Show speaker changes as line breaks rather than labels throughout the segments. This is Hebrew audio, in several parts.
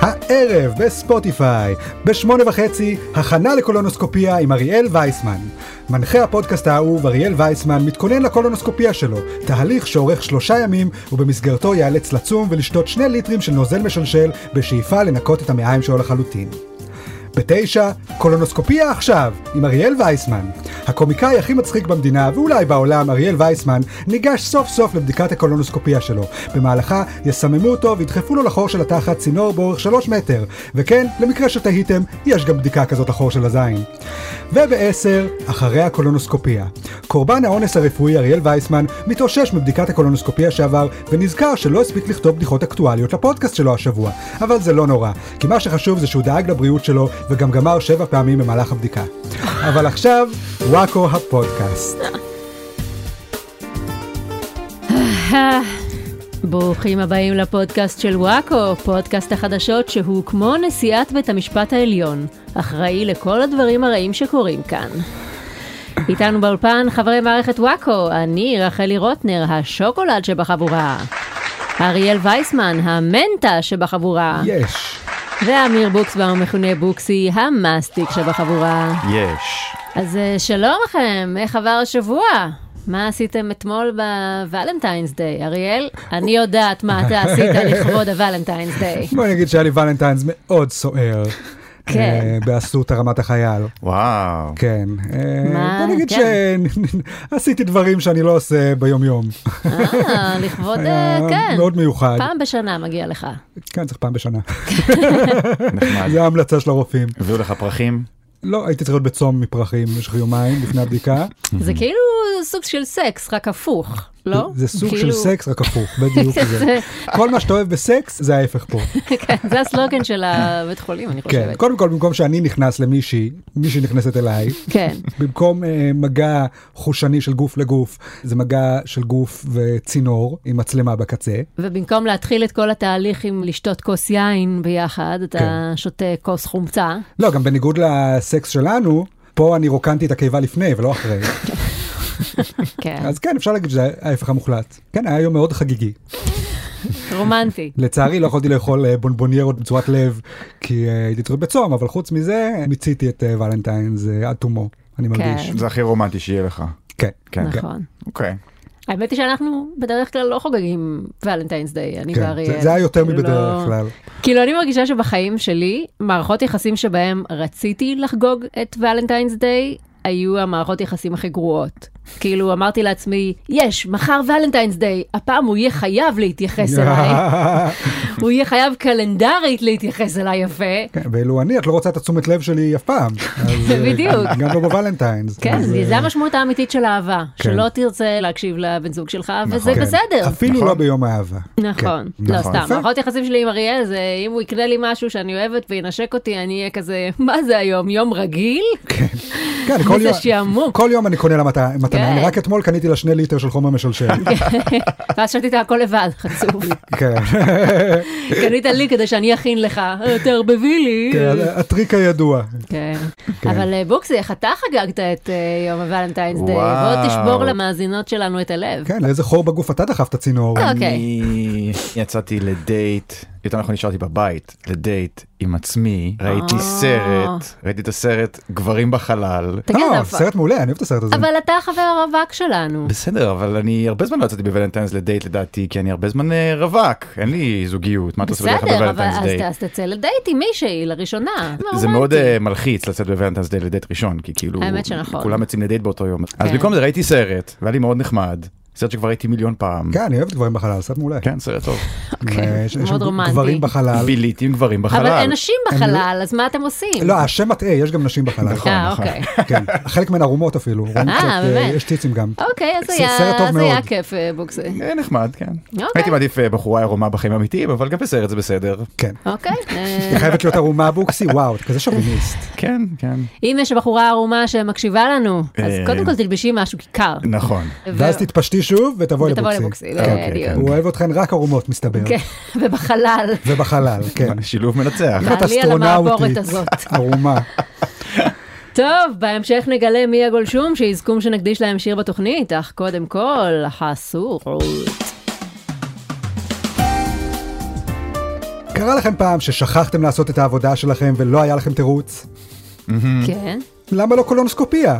הערב בספוטיפיי, בשמונה וחצי, הכנה לקולונוסקופיה עם אריאל וייסמן. מנחה הפודקאסט האהוב, אריאל וייסמן, מתכונן לקולונוסקופיה שלו, תהליך שאורך שלושה ימים, ובמסגרתו ייאלץ לצום ולשתות שני ליטרים של נוזל משלשל, בשאיפה לנקות את המעיים שלו לחלוטין. בתשע, קולונוסקופיה עכשיו, עם אריאל וייסמן. הקומיקאי הכי מצחיק במדינה, ואולי בעולם, אריאל וייסמן, ניגש סוף סוף לבדיקת הקולונוסקופיה שלו. במהלכה יסממו אותו וידחפו לו לחור של התחת צינור באורך 3 מטר. וכן, למקרה שתהיתם, יש גם בדיקה כזאת לחור של הזין. וב-10, אחרי הקולונוסקופיה. קורבן האונס הרפואי אריאל וייסמן מתאושש מבדיקת הקולונוסקופיה שעבר, ונזכר שלא הספיק לכתוב בדיחות אקטואליות לפודקאסט שלו השבוע. אבל זה לא נורא, כי מה שחשוב זה שהוא דאג לבריאות שלו, וגם גמר שבע פעמים במהלך הבדיקה. אבל עכשיו, וואקו הפודקאסט.
אה. ברוכים הבאים לפודקאסט של וואקו, פודקאסט החדשות שהוא כמו נשיאת בית המשפט העליון, אחראי לכל הדברים הרעים שקורים כאן. איתנו באולפן חברי מערכת וואקו, אני רחלי רוטנר, השוקולד שבחבורה, אריאל וייסמן, המנטה שבחבורה,
יש.
ואמיר בוקסבאום, המכונה בוקסי, המאסטיק שבחבורה.
יש.
אז אה, שלום לכם, איך עבר השבוע? מה עשיתם אתמול בוולנטיינס דיי? אריאל, אני יודעת מה אתה עשית לכבוד הוולנטיינס דיי.
בוא נגיד שהיה לי ולנטיינס מאוד סוער.
כן.
אה, באסותא רמת החייל.
וואו.
כן. אה,
מה?
בוא נגיד
כן.
שעשיתי דברים שאני לא עושה ביום יום.
אה, לכבוד, אה, כן.
מאוד מיוחד.
פעם בשנה מגיע לך.
כן, צריך פעם בשנה.
נחמד.
זו ההמלצה של הרופאים.
הביאו לך פרחים?
לא, הייתי צריך להיות בצום מפרחים במשך יומיים לפני הבדיקה.
זה כאילו סוג של סקס, רק הפוך, לא?
זה סוג של
כאילו-
סקס, רק הפוך, בדיוק זה.
זה-
כל מה שאתה אוהב בסקס, זה ההפך פה.
כן, זה הסלוגן של הבית חולים, אני
כן,
חושבת.
קודם כל, במקום שאני נכנס למישהי, מישהי נכנסת אליי,
כן.
במקום אה, מגע חושני של גוף לגוף, זה מגע של גוף וצינור עם מצלמה בקצה.
ובמקום להתחיל את כל התהליך עם לשתות כוס יין ביחד, אתה
כן.
שותה כוס חומצה.
לא, גם בניגוד לסקס שלנו, פה אני רוקנתי את הקיבה לפני ולא אחרי.
כן,
אז כן, אפשר להגיד שזה ההפך המוחלט. כן, היה יום מאוד חגיגי.
רומנטי.
לצערי לא יכולתי לאכול אה, בונבוניירות בצורת לב, כי אה, הייתי צריך בצום, אבל חוץ מזה, מיציתי את אה, ולנטיינס אה, עד תומו, אני מרגיש.
זה הכי רומנטי שיהיה לך.
כן.
כן.
כן. נכון.
אוקיי.
האמת היא שאנחנו בדרך כלל לא חוגגים ולנטיינס דיי, אני
כן,
ואריאל.
זה- זה היה יותר
כאילו
מבדרך
לא-
כלל.
כאילו, אני מרגישה שבחיים שלי, מערכות יחסים שבהם רציתי לחגוג את ולנטיינס דיי, היו המערכות יחסים הכי גרועות. כאילו, אמרתי לעצמי, יש, מחר ולנטיינס דיי, הפעם הוא יהיה חייב להתייחס אליי, הוא יהיה חייב קלנדרית להתייחס אליי יפה.
כן, ואילו אני, את לא רוצה את התשומת לב שלי אף פעם. אז, אה,
בדיוק.
גם לא בוולנטיינס.
כן,
אז,
זה
אה,
המשמעות האמיתית של אהבה,
כן.
שלא תרצה להקשיב לבן זוג שלך, וזה
כן.
בסדר.
אפילו
נכון.
לא ביום אהבה.
נכון,
כן,
לא
נכון.
סתם,
יפה.
מערכות יחסים שלי עם אריאל זה אם הוא יקנה לי משהו שאני אוהבת וינשק אותי אני אהיה כזה מה זה היום יום רגיל?
כן, כל
מה זה
יום-
שעמום?
כל יום אני קונה לה מת- מתנה,
כן.
אני רק אתמול קניתי לה שני ליטר של חומר משלשל.
ואז שתית הכל לבד חצוף,
כן,
קנית לי כדי שאני אכין לך "אה, תערבבי לי.
כן, הטריק הידוע.
כן. אבל אה, בוקסי איך אתה חגגת את אה, יום הוולנטיינס דיי? בוא
וואו.
תשבור למאזינות שלנו את הלב.
כן, לאיזה חור בגוף אתה דחפת צינור.
אוקיי.
אני יצאתי לדייט, יותר נכון נשארתי בבית, לדייט עם עצמי,
אה.
ראיתי סרט, ראיתי את הסרט גברים בחלל.
תגיד,
אה,
כן, אבל-
סרט מעולה, אני אוהב את הסרט הזה.
אבל אתה החבר הרווק שלנו.
בסדר, אבל אני הרבה זמן לא יצאתי בוולנטיינס לדייט לדעתי, כי אני הרבה זמן אה, רווק, אין לי זוגיות, מה אתה עושה בדרך כלל
בסדר, אבל
בוולנטיינס
אז
דייט?
אז תצא לדייט עם מישהי לראשונה.
זה
לא, רומנטי.
מאוד אה, מלחיץ לצאת בוולנטיינס דיי לדייט ראשון, כי כאילו,
האמת שנכון.
כולם יוצאים לדייט באותו יום. אז
כן.
במקום זה ראיתי סרט, והיה לי מאוד נחמד, סרט שכבר ראיתי מיליון פעם.
כן, אני אוהב גברים בחלל, סרט מעולה. אה,
כן, סרט טוב.
אוקיי,
יש- יש
מאוד
שם
רומנטי.
גברים בחלל.
ביליתי עם גברים
אבל
בחלל.
אין נשים בחלל, אז מה אתם עושים?
לא, השם מטעה, יש גם נשים בחלל.
נכון.
אה, אוקיי.
כן, חלק מהן ערומות אפילו. רומות
אה,
קצת, אה,
באמת?
יש ציצים גם.
אוקיי, אז
ס-
היה,
סרט טוב
אז היה
מאוד.
כיף אה, בוקסי.
אה, נחמד, כן.
אוקיי.
הייתי מעדיף אה, בחורה ערומה בחיים האמיתיים, אבל גם בסרט זה בסדר.
כן.
אוקיי. אה,
היא חייבת להיות ערומה בוקסי, וואו, את כזה שוביניסט.
כן, כן.
אם יש בחורה ערומה שמקשיבה לנו, אז
אה,
קודם כל תלבשי משהו קר.
נכון.
ואז
ו-
תתפשטי שוב ותבואי
ותבואי
לבוקסי. אוקיי.
לבוקסי,
אוקיי,
בדיוק.
כן.
הוא אוהב אתכן רק ערומות, מסתבר.
כן, ובחלל.
ובחלל, כן.
שילוב מנצח.
איך את
תעלי על
אסטרונאוטית,
המעבורת הזאת.
ערומה.
טוב, בהמשך נגלה מי הגולשום שיזכום שנקדיש להם שיר בתוכנית, אך קודם כל, החסורות.
קרה לכם פעם ששכחתם לעשות את העבודה שלכם ולא היה לכם תירוץ?
כן.
למה לא קולונוסקופיה?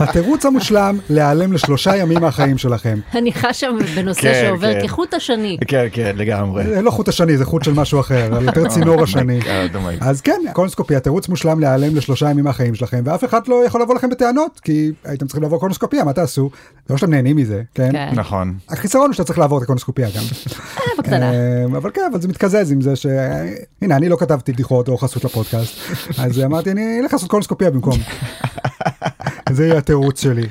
התירוץ המושלם להיעלם לשלושה ימים מהחיים שלכם.
אני חשה בנושא
כן,
שעובר
כן.
כחוט השני.
כן, כן, לגמרי.
זה לא חוט השני, זה חוט של משהו אחר, יותר צינור השני. אז כן, קולונוסקופיה, תירוץ מושלם להיעלם לשלושה ימים מהחיים שלכם, ואף אחד לא יכול לבוא לכם בטענות, כי הייתם צריכים לעבור קולונוסקופיה, מה תעשו? לא שאתם נהנים מזה, כן?
כן.
נכון.
החיסרון הוא שאתה צריך לעבור את הקולונוסקופיה גם.
אה, בקטנה.
אמ, אבל כן, אבל זה מתקזז עם זה ש... הנה, אני לא כתבתי בדיחות או חסות לפודקאסט, אז אמרתי, אני אלך לעשות קולונוסקופיה במקום. זה יהיה התירוץ שלי.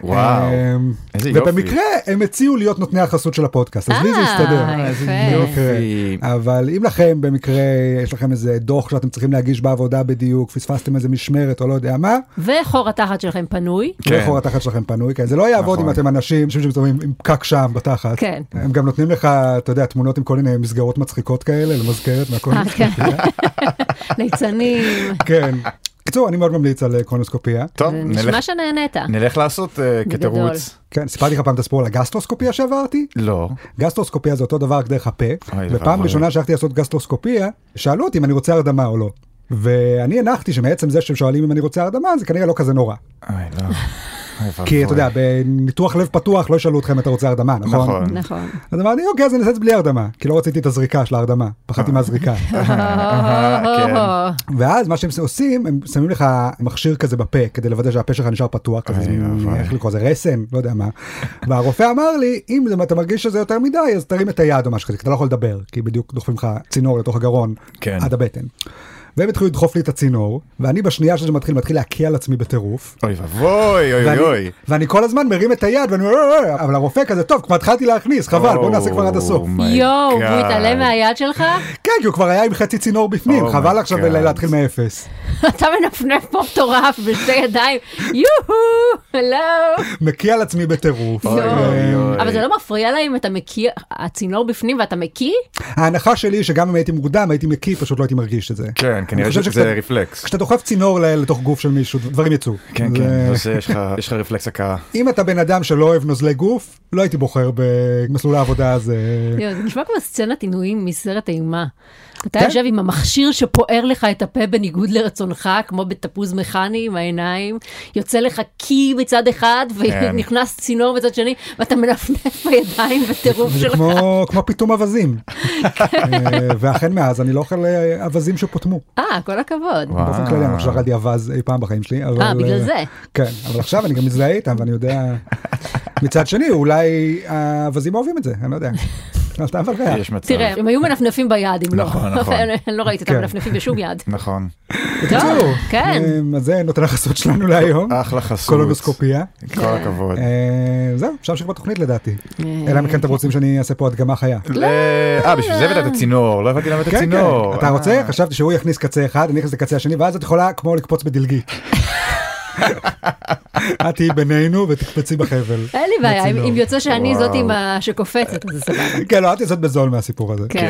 וואו,
אמ,
איזה יופי.
ובמקרה הם הציעו להיות נותני החסות של הפודקאסט, אז לי זה
אה,
הסתדר.
יפה.
במקרה.
יופי.
אבל אם לכם במקרה יש לכם איזה דוח שאתם צריכים להגיש בעבודה בדיוק, פספסתם איזה משמרת או לא יודע מה,
וחור התחת שלכם פנוי.
כן.
לכאורה התחת שלכם פנוי, כן, זה לא יעבוד
נכון.
אם אתם אנשים שמסתובבים עם פקק שם בתחת.
כן.
הם גם נותנים לך, אתה יודע, תמונות עם כל מיני מסגרות מצחיקות כאלה, למזכרת והכל.
אה, כן. ליצנים.
כן. בקיצור, אני מאוד ממליץ על אה, קולונוסקופיה.
טוב,
זה
נלך-
נשמע שנהנית.
נלך לעשות אה,
בגדול.
כתירוץ.
כן, סיפרתי לך פעם את הסיפור על הגסטרוסקופיה שעברתי?
לא.
גסטרוסקופיה זה אותו דבר רק דרך הפה,
אוי, זה
ופעם
ואבוי.
ראשונה שהלכתי לעשות גסטרוסקופיה, שאלו אותי אם אני רוצה הרדמה או לא. ואני הנחתי שמעצם זה שהם שואלים אם אני רוצה הרדמה, זה כנראה לא כזה נורא.
אוי, לא. אוי,
כי אתה
ואבוי.
יודע, בניתוח לב פתוח לא ישאלו אותך אם אתה רוצה הרדמה, נכון?
נכון.
נכון.
אז אמרתי, אוקיי, אז אני אעשה את זה בלי הרדמה, כי לא רציתי את הזריקה של ההרדמה, פחדתי
אה.
מהזריקה.
כן.
ואז מה שהם עושים, הם שמים לך מכשיר כזה בפה, כדי לוודא שהפה שלך נשאר פתוח, כזה,
אוי
מין-
ואבוי.
איך לקרוא לזה, רסן, לא יודע מה. והרופא אמר לי, אם זה- אתה מרגיש שזה יותר מדי, אז תרים את היד או משהו כזה, כי אתה לא יכול לדבר, כי בדיוק דוחפים לך צינור לתוך הגרון,
כן.
עד הבטן. והם התחילו לדחוף לי את הצינור, ואני בשנייה שזה מתחיל, מתחיל להקיא על עצמי בטירוף.
אוי ואבוי, אוי
ואני-
אוי.
ואני כל הזמן מרים את היד ואני אומר, "אה, אה, אה", אבל הרופא כזה, טוב, כבר התחלתי להכניס, חבל, בוא נעשה כבר עד הסוף.
Oh my
יואו,
God.
והוא התעלם מהיד שלך?
כן, כי הוא כבר היה עם חצי צינור בפנים,
Oh my
חבל עכשיו
God.
להתחיל מאפס.
אתה מנפנף פה מטורף בשתי ידיים. יוהו, הלו.
מקיא על עצמי בטירוף. אה,
אוי, אוי, אוי.
אבל זה לא מפריע לה אם אתה מקיא, הצינור בפנים ואתה מקיא?
ההנחה שלי היא שגם אם הייתי מוקדם הייתי מקיא, פשוט לא הייתי מרגיש את זה.
כן,
אני
כנראה
חושב
שזה
שכשאתה-
רפלקס.
כשאתה דוחף צינור ל- לתוך גוף של מישהו, דברים יצאו.
כן,
זה-
כן, זה עושה- יש לך- יש לך רפלקס הכאה.
אם אתה בן אדם שלא אוהב נוזלי גוף, לא הייתי בוחר במסלול העבודה הזה.
יואו, זה נשמע כמו סצנת עינויים מסרט אימה. אתה
כן.
יושב עם המכשיר שפוער לך את הפה בניגוד לרצונך, כמו בתפוז מכני עם העיניים, יוצא לך קי מצד אחד,
כן.
ונכנס צינור בצד שני, ואתה מנפנף בידיים בטירוף
זה
שלך.
כמו, כמו פיתום אווזים.
כן.
אה, ואכן מאז אני לא אוכל אה, אווזים שפוטמו.
אה, כל הכבוד.
וואו.
באופן כללי אני חושב שאכלתי אווז אי פעם בחיים שלי. אבל,
אה, בגלל
אה,
זה.
כן, אבל עכשיו אני גם מזדהה איתם ואני יודע... מצד שני, אולי האווזים אוהבים את זה, אני לא כן. יודע. אל תעבור ריח.
יש מצב.
תראה, הם היו מנפנפים ביד, אם לא.
אה. נכון, נכון.
אני לא ראיתי אותם
כן.
מנפנפים בשום יד.
נכון.
בקיצור,
כן.
אה, אז זה נותן החסות שלנו להיום.
אחלה חסות.
קולונוסקופיה.
כל הכבוד.
אה, זהו, אפשר להמשיך בתוכנית לדעתי.
אה,
אלא אם כן אתם רוצים שאני אעשה פה הדגמה חיה.
ל- אה, בשביל זה הבאת את הצינור, לא הבנתי למה את
כן, כן.
הצינור.
אתה רוצה? חשבתי שהוא יכניס קצה אחד, אני אכניס לקצה השני, ואז את יכולה כמו לקפוץ בדלגי. את תהיי בינינו ותקפצי בחבל.
אין לי בעיה, אם-
בצינור.
אם יוצא שאני
וואו.
זאת עם ה- שקופצת, אז זה סבבה.
כן, לא, את יוצאת בזול מהסיפור הזה.
כן.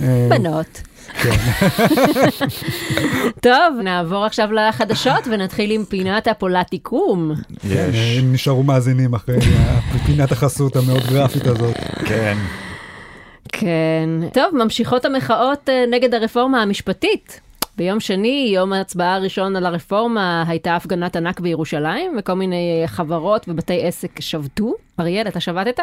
כן.
אה,
בנות. טוב, נעבור עכשיו לחדשות ונתחיל עם פינת הפולטיקום.
אה,
יש.
הם נשארו מאזינים אחרי פינת החסות המאוד גרפית הזאת.
כן.
כן. טוב, ממשיכות המחאות אה, נגד הרפורמה המשפטית. ביום שני, יום ההצבעה הראשון על הרפורמה, הייתה הפגנת ענק בירושלים, וכל מיני אה, חברות ובתי עסק שבתו. אריאל, אתה שבתת?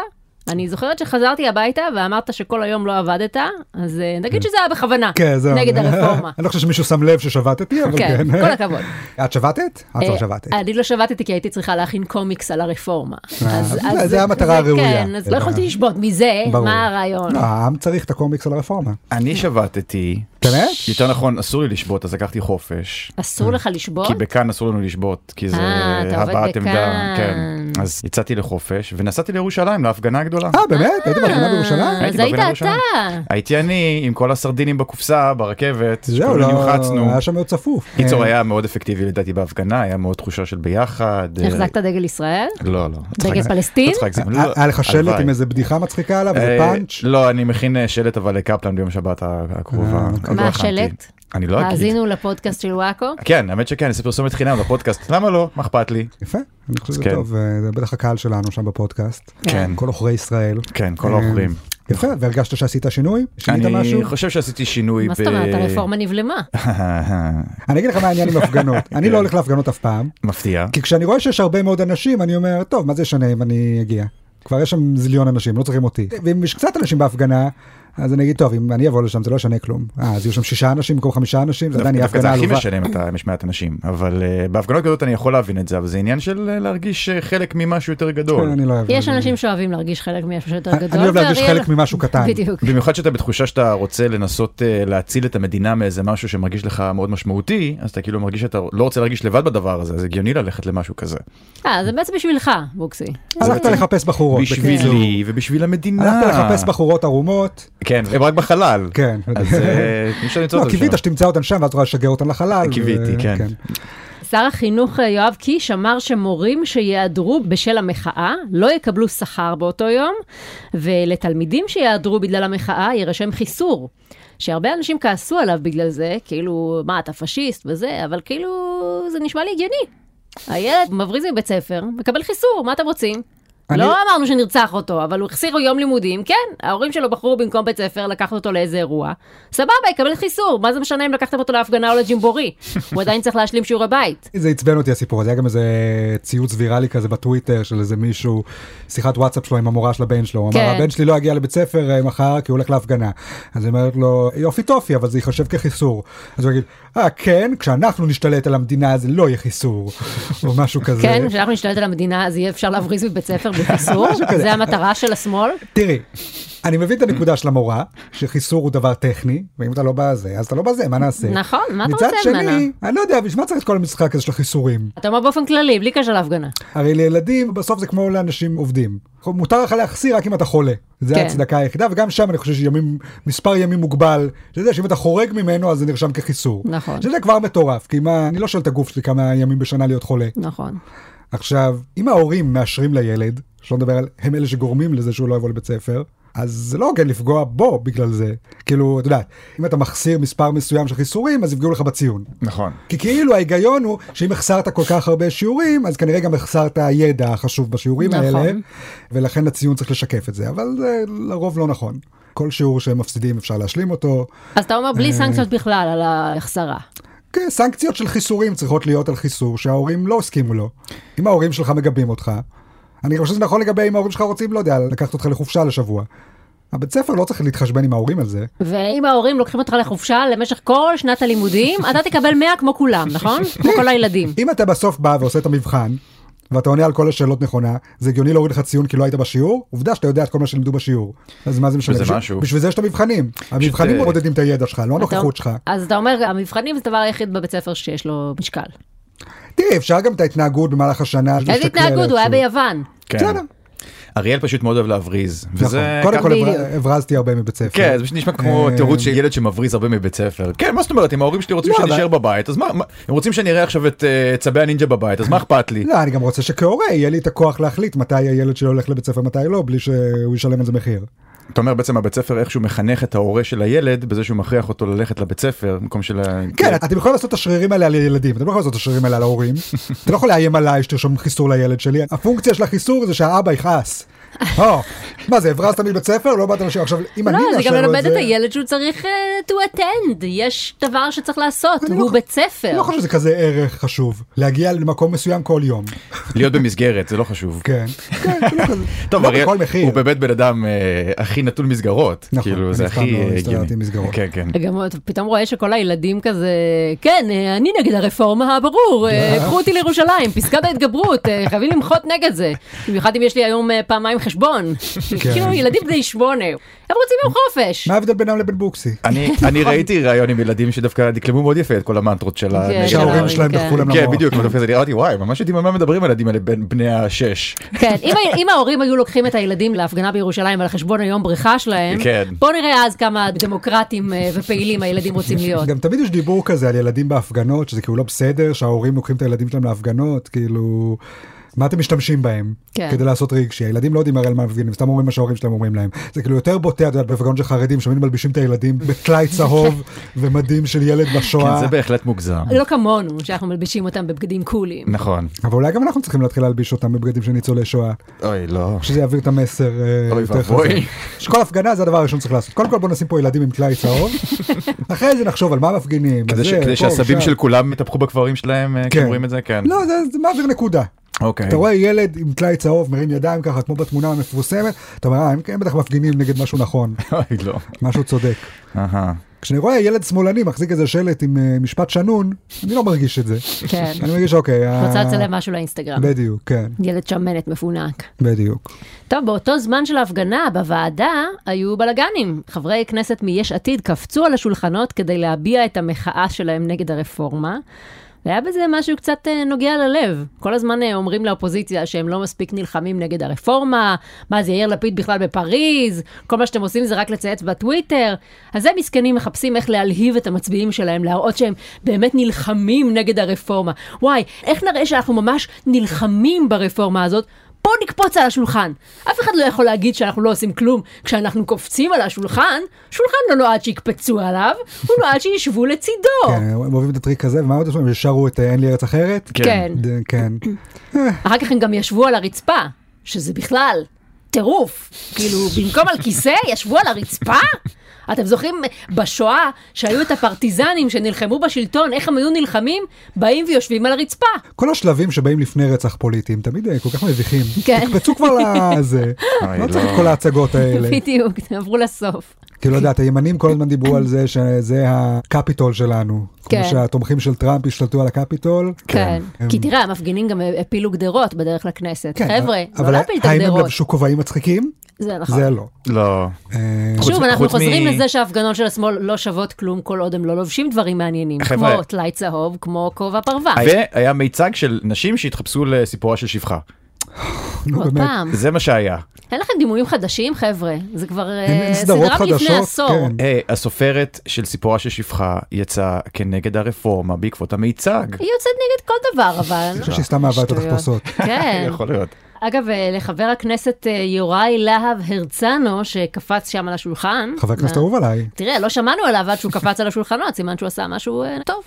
אני זוכרת שחזרתי הביתה ואמרת שכל היום לא עבדת, אז אה, נגיד שזה היה בכוונה,
כן, זהו.
נגד הרפורמה.
אני לא חושב שמישהו שם לב ששבתתי, אבל
כן,
כן.
כל הכבוד.
את שבתת? את לא
אה,
שבתת.
אני לא שבתתי כי הייתי צריכה להכין קומיקס על הרפורמה.
אה,
אז-
זה-
אז-
זה המטרה
אז-
הראויה.
כן, אז לא
אה,
יכולתי לשבות מזה,
ברור.
מה הרעיון?
לא, העם צריך את הקומיקס על הרפורמה.
אני שבתתי.
באמת?
יותר נכון, אסור לי לשבות, אז לקחתי חופש.
אסור לך לשבות?
כי בכאן אסור לנו לשבות, כי זה
נכון. אה, אתה עובד
הבעת עמדה.
בכאן.
כן. אז יצאתי לחופש ונסעתי לירושלים להפגנה הגדולה.
אה, באמת? היית בהפגנה בירושלים?
אה, אז
הייתי
היית
בהפגנה
אתה.
בירושלים. הייתי אני עם כל הסרדינים בקופסה, ברכבת,
זהו,
שכולנו נמחצנו.
לא, היה שם מאוד צפוף.
קיצור
אה,
היה מאוד אפקטיבי לדעתי בהפגנה, היה מאוד תחושה של ביחד. אה,
החזקת דגל ישראל?
לא, לא.
דגל פלסטין?
לא צחק, זה-
היה-
לא,
היה לך שלט
הלוואי.
עם איזה בדיחה מצחיקה עליו, איזה
אה,
פאנץ'?
לא, אני מכין אה, שלט אבל לקפלן ביום שבת הקרובה.
אה,
עוד לא
מה
הכנתי.
השלט?
אני לא אגיד.
האזינו לפודקאסט של וואקו?
כן, האמת שכן, זה פרסומת חינם לפודקאסט, למה לא? מה אכפת לי?
יפה, אני חושב
אז
שזה
כן.
טוב, אה, זה בטח הקהל שלנו שם בפודקאסט.
כן.
כל עוכרי ישראל.
כן, כל
אה,
האוכלים.
יפה, והרגשת שעשית שינוי? שינית משהו?
אני חושב שעשיתי שינוי ב...
מה זאת אומרת, הרפורמה נבלמה.
אני אגיד לך מה העניין עם הפגנות. אני לא הולך להפגנות אף פעם,
מפתיע.
כי כשאני רואה שיש הרבה מאוד אנשים, אני אומר, טוב, מה זה ישנה אם אני אגיע? כבר יש שם זיליון אנשים, לא צריכים אותי. ואם יש קצת אנשים בהפגנה, אז אני אגיד, טוב, אם אני אבוא לשם זה לא ישנה כלום. אה, אז יהיו שם שישה אנשים במקום חמישה אנשים, זה עדיין יהיה
דווקא זה
הפגנה
הכי
עלובה.
משנה אם אתה יש מעט אנשים, אבל אה, בהפגנות גדולות אני יכול להבין את זה, אבל זה עניין של אה, להרגיש אה, חלק ממשהו יותר גדול.
אני לא אוהב. אה,
יש אנשים שאוהבים להרגיש חלק ממשהו יותר גדול.
אני אוהב להרגיש
ואריאל-
חלק ממשהו קטן.
בדיוק.
במיוחד שאתה בתחושה שאתה רוצה לנסות אה, להציל את המדינה מאיזה משהו שמרגיש לך מאוד משמעותי, אז אתה כאילו מרגיש שאתה לא רוצה להרגיש לבד בדבר הזה, אז הגיוני ללכת למשהו כזה.
אה, זה בעצם בשבילך, בוקסי.
הלכת לחפש בחורות. בקיצור.
בשבילי ובשביל
כן.
המדינה.
הלכת לחפש בחורות ערומות,
כן, הם רק בחלל.
כן.
אז אה, אי אפשר למצוא
לא,
אותם
קיווית
שם.
שתמצא אותן שם ואז תוכל לשגר אותן לחלל.
קיוויתי,
ו-
כן.
שר החינוך אה, יואב קיש אמר שמורים שיעדרו בשל המחאה לא יקבלו שכר באותו יום, ולתלמידים שיעדרו בגלל המחאה יירשם חיסור. שהרבה אנשים כעסו עליו בגלל זה, כאילו, מה, אתה פשיסט וזה, אבל כאילו, זה נשמע לי הגיוני. הילד מבריז מבית ספר, מקבל חיסור, מה אתם רוצים?
אני-
לא אמרנו שנרצח אותו, אבל הוא החסיר יום לימודים, כן, ההורים שלו בחרו במקום בית ספר לקחת אותו לאיזה אירוע. סבבה, יקבל חיסור, מה זה משנה אם לקחתם אותו להפגנה או לג'ימבורי? הוא עדיין צריך להשלים שיעורי בית.
זה עצבן אותי הסיפור הזה, היה גם איזה ציוץ ויראלי כזה בטוויטר של איזה מישהו, שיחת וואטסאפ שלו עם המורה של הבן שלו, הוא אמר
כן.
הבן שלי לא יגיע לבית ספר אה, מחר כי הוא הולך להפגנה. אז היא אומרת לו יופי טופי אבל זה ייחשב כחיסור. אז הוא יגיד אה כן כשאנחנו נשתלט על המדינה זה לא יהיה חיסור או משהו כזה.
כן, כשאנחנו נשתלט על המדינה, אז יהיה אפשר להבריז מבית ספר בחיסור,
כזה.
זה המטרה של השמאל.
תראי, אני מבין את הנקודה של המורה, שחיסור הוא דבר טכני, ואם אתה לא בזה, אז אתה לא בזה, מה נעשה?
נכון, מה אתה רוצה
מצד
ממנה?
שני, אני לא יודע, בשביל מה צריך את כל המשחק הזה של החיסורים?
אתה אומר באופן כללי, בלי קשר להפגנה.
הרי לילדים, בסוף זה כמו לאנשים עובדים. מותר לך להחסיר רק אם אתה חולה. זה
כן.
ההצדקה היחידה, וגם שם אני חושב שימים, מספר ימים מוגבל, שזה שאם אתה חורג ממנו אז זה נרשם כחיסור.
נכון.
שזה כבר מטורף, כי מה, אני לא שואל את הגוף שלי כמה ימים בשנה להיות חולה.
נכון.
עכשיו, אם ההורים מאשרים לילד, שלא נדבר על הם אלה שגורמים לזה שהוא לא יבוא לבית ספר, אז זה לא הוגן לפגוע בו בגלל זה. כאילו, אתה יודע, אם אתה מחסיר מספר מסוים של חיסורים, אז יפגעו לך בציון.
נכון.
כי כאילו ההיגיון הוא שאם החסרת כל כך הרבה שיעורים, אז כנראה גם החסרת ידע החשוב בשיעורים
נכון.
האלה, ולכן הציון צריך לשקף את זה, אבל זה לרוב לא נכון. כל שיעור שהם מפסידים אפשר להשלים אותו.
אז אתה אומר
אה.
בלי סנקציות בכלל על ההחסרה.
כן, סנקציות של חיסורים צריכות להיות על חיסור שההורים לא הסכימו לו. אם ההורים שלך מגבים אותך, אני חושב שזה נכון לגבי אם ההורים שלך רוצים, לא יודע, לקחת אותך לחופשה לשבוע. הבית ספר לא צריך להתחשבן עם ההורים על זה.
ואם ההורים לוקחים אותך לחופשה למשך כל שנת הלימודים, אתה תקבל 100 כמו כולם, נכון? כמו כל הילדים.
אם אתה בסוף בא ועושה את המבחן, ואתה עונה על כל השאלות נכונה, זה הגיוני להוריד לך ציון כי לא היית בשיעור? עובדה שאתה יודע את כל מה שלימדו בשיעור. אז מה זה משנה?
וזה
בשביל-
משהו.
בשביל זה יש את המבחנים. המבחנים
אה,
מודדים את הידע שלך, לא הנוכחות שלך.
אז אתה אומר, המבחנים זה הדבר היחיד בבית ספר שיש לו משקל.
תראי, אפשר גם את ההתנהגות במהלך השנה.
איזה
להסתכל עליה
התנהגות, הוא היה
שוב.
ביוון.
כן.
בסדר.
אריאל פשוט מאוד אוהב להבריז.
נכון.
וזה...
קודם
ככה-
כל
בדיוק.
הברא- הברזתי הרבה מבית ספר.
כן, זה פשוט נשמע כמו
אה,
תירוץ של ילד שמבריז הרבה מבית ספר. כן, מה זאת אומרת, אם ההורים שלי רוצים
לא,
שאני
אבל-
אשאר בבית, אז מה, מה- הם רוצים שאני אראה עכשיו את אה, צבי הנינג'ה בבית, אז מה אכפת לי?
לא, אני גם רוצה שכהורה יהיה לי את הכוח להחליט מתי הילד שלי הולך לבית ספר, מתי לא, בלי שהוא ישלם על זה מחיר.
אתה אומר בעצם הבית ספר איכשהו מחנך את ההורה של הילד בזה שהוא מכריח אותו ללכת לבית ספר במקום של... ה-
כן, אתם יכולים לעשות את השרירים האלה על ילדים, אתם לא יכולים לעשות את השרירים האלה על ההורים. אתה לא יכול לאיים עליי שתרשום חיסור לילד שלי, הפונקציה של החיסור זה שהאבא יכעס. או, מה זה, הברזת מבית ספר? לא באת לשיר. עכשיו, אם אני
לא, זה גם
מאשר לו את
ללמד את
זה...
הילד שהוא צריך אה, to attend, יש דבר שצריך לעשות,
אני לא
והוא
חושב-
בית ספר.
אני לא חושב שזה כזה ערך חשוב, להגיע למקום מסוים כל יום.
להיות במסגרת, זה לא חשוב.
כן. כן, זה לא כזה-
טוב,
לא
אריאל
בכל מחיר.
הוא באמת בן אדם אה, הכי נטול מסגרות.
נכון,
כאילו,
אני
זה
אף פעם
הכי
לא
אה, הגיוני.
הסתדרתי עם מסגרות.
כן, כן.
גם אתה פתאום רואה שכל הילדים כזה, כן, אה, אני נגד הרפורמה, ברור, אה, קחו אותי לירושלים, פסקת ההתגברות, אה, חייבים למחות נגד זה. במיוחד אם יש לי היום אה, פעמיים חשבון. כאילו ילדים בני שמונה, הם רוצים יום חופש.
מה ההבדל בינם לבין בוקסי?
אני- אני ראיתי ראיון עם ילדים שדווקא דקלמו מאוד יפה את כל המנטרות של ה... נגד
של
שההורים
ההורים,
שלהם
כן.
דחפו להם
כן,
למוח.
בדיוק, אבל דווקא זה נראה לי, וואי, ממש יודעים על מה מדברים הילדים האלה בין בני השש.
כן, אם, ה- אם ההורים היו לוקחים את הילדים להפגנה בירושלים על חשבון היום בריכה שלהם,
כן.
בוא נראה אז כמה דמוקרטים אה, ופעילים הילדים רוצים להיות.
גם תמיד יש דיבור כזה על ילדים בהפגנות, שזה כאילו לא בסדר, שההורים לוקחים את הילדים שלהם להפגנות, כאילו... מה אתם משתמשים בהם
כן.
כדי לעשות רגשי? הילדים לא יודעים הרי על מה מפגינים, סתם אומרים מה שההורים שלהם אומרים להם. זה כאילו יותר בוטה, את יודעת, בפגון של חרדים, שתמיד מלבישים את הילדים בטלאי צהוב ומדים של ילד
כן,
בשואה.
זה בהחלט מוגזם.
לא כמונו, שאנחנו מלבישים אותם בבגדים קוליים.
נכון.
אבל אולי גם אנחנו צריכים להתחיל להלביש אותם בבגדים של ניצולי שואה,
אוי, לא.
שזה יעביר את המסר אה,
אוי
יותר חזק.
ואבוי.
שכל הפגנה זה הדבר הראשון שצריך לעשות. קודם כל בוא נשים פה ילדים עם טלאי צהוב, אחרי זה נחשוב על מה מפגינים.
כדי
אז
ש-
זה, פה,
כדי שהסבים
שם.
של כולם יתהפכו בקברים שלהם, אה,
כן.
כשהם רואים את זה? כן.
לא, זה- זה מעביר נקודה.
אוקיי.
אתה רואה ילד עם טלאי צהוב מרים ידיים ככה כמו בתמונה המפורסמת, אתה אומר, "אה, הם הם בטח מפגינים נגד משהו נכון,
אוי, לא.
משהו צודק.
אהה.
כשאני רואה ילד שמאלני מחזיק איזה שלט עם אה, משפט שנון, אני לא מרגיש את זה.
כן.
אני מרגיש אוקיי. ה-
רוצה לצלם משהו לאינסטגרם.
בדיוק, כן,
ילד שמנת מפונק.
בדיוק.
טוב, באותו זמן של ההפגנה, בוועדה, היו בלאגנים. חברי כנסת מיש עתיד קפצו על השולחנות כדי להביע את המחאה שלהם נגד הרפורמה. והיה בזה משהו קצת אה, נוגע ללב. כל הזמן אה, אומרים לאופוזיציה שהם לא מספיק נלחמים נגד הרפורמה, מה זה יאיר לפיד בכלל בפריז, כל מה שאתם עושים זה רק לצייץ בטוויטר. אז הם מסכנים מחפשים איך להלהיב את המצביעים שלהם, להראות שהם באמת נלחמים נגד הרפורמה. וואי, איך נראה שאנחנו ממש נלחמים ברפורמה הזאת? בואו נקפוץ על השולחן. אף אחד לא יכול להגיד שאנחנו לא עושים כלום כשאנחנו קופצים על השולחן. שולחן לא נועד שיקפצו עליו, הוא נועד שישבו לצידו.
כן, הם אוהבים את הטריק הזה, ומה עוד עושים? הם שרו את אה, אין לי ארץ אחרת?
כן.
ד- כן.
אחר כך הם גם ישבו על הרצפה, שזה בכלל טירוף. כאילו, במקום על כיסא, ישבו על הרצפה? אתם זוכרים בשואה שהיו את הפרטיזנים שנלחמו בשלטון, איך הם היו נלחמים? באים ויושבים על הרצפה.
כל השלבים שבאים לפני רצח פוליטי הם תמיד אה, כל כך מביכים.
כן.
תקפצו כבר לזה.
אוי,
לא צריך את
לא.
כל ההצגות האלה.
בדיוק, עברו לסוף.
כאילו, לא יודעת, הימנים כל הזמן דיברו על זה שזה הקפיטול שלנו.
כן.
כמו שהתומכים של טראמפ השתלטו על הקפיטול.
כן.
הם-
כי תראה, המפגינים גם הפילו גדרות בדרך לכנסת.
כן,
חבר'ה, לא
אבל
להפיל את
האם הם
הגדרות.
לבשו כובעים מצחיקים?
זה נכון.
זה לא.
לא.
אה,
חוץ-
שוב, אנחנו
חוץ מ-
חוזרים לזה שההפגנות של השמאל לא שוות כלום כל עוד הם לא לובשים דברים מעניינים,
חבר'ה. אה,
כמו טלאי צהוב, כמו כובע פרווה.
כן,
והיה מיצג של נשים שהתחפשו לסיפורה של שפחה.
נו,
עוד
באמת.
פעם.
אה, זה מה שהיה.
אין לכם דימויים חדשים, חבר'ה? זה כבר אה,
אין סדרות
סדרה מלפני
חדשות,
עשור.
כן.
היי, אה, הסופרת של סיפורה של שפחה יצאה כנגד הרפורמה בעקבות המיצג.
היא יוצאת נגד כל דבר, אבל... לא.
אני חושב שהיא סתם אהבה את
שטויות.
התחפושות.
כן.
יכול להיות.
אגב, אה, לחבר הכנסת אה, יוראי להב הרצנו, שקפץ שם על השולחן.
חבר כנסת
אה,
אהוב עליי.
תראה, לא שמענו עליו עד שהוא קפץ על השולחנות, סימן שהוא עשה משהו אה, טוב.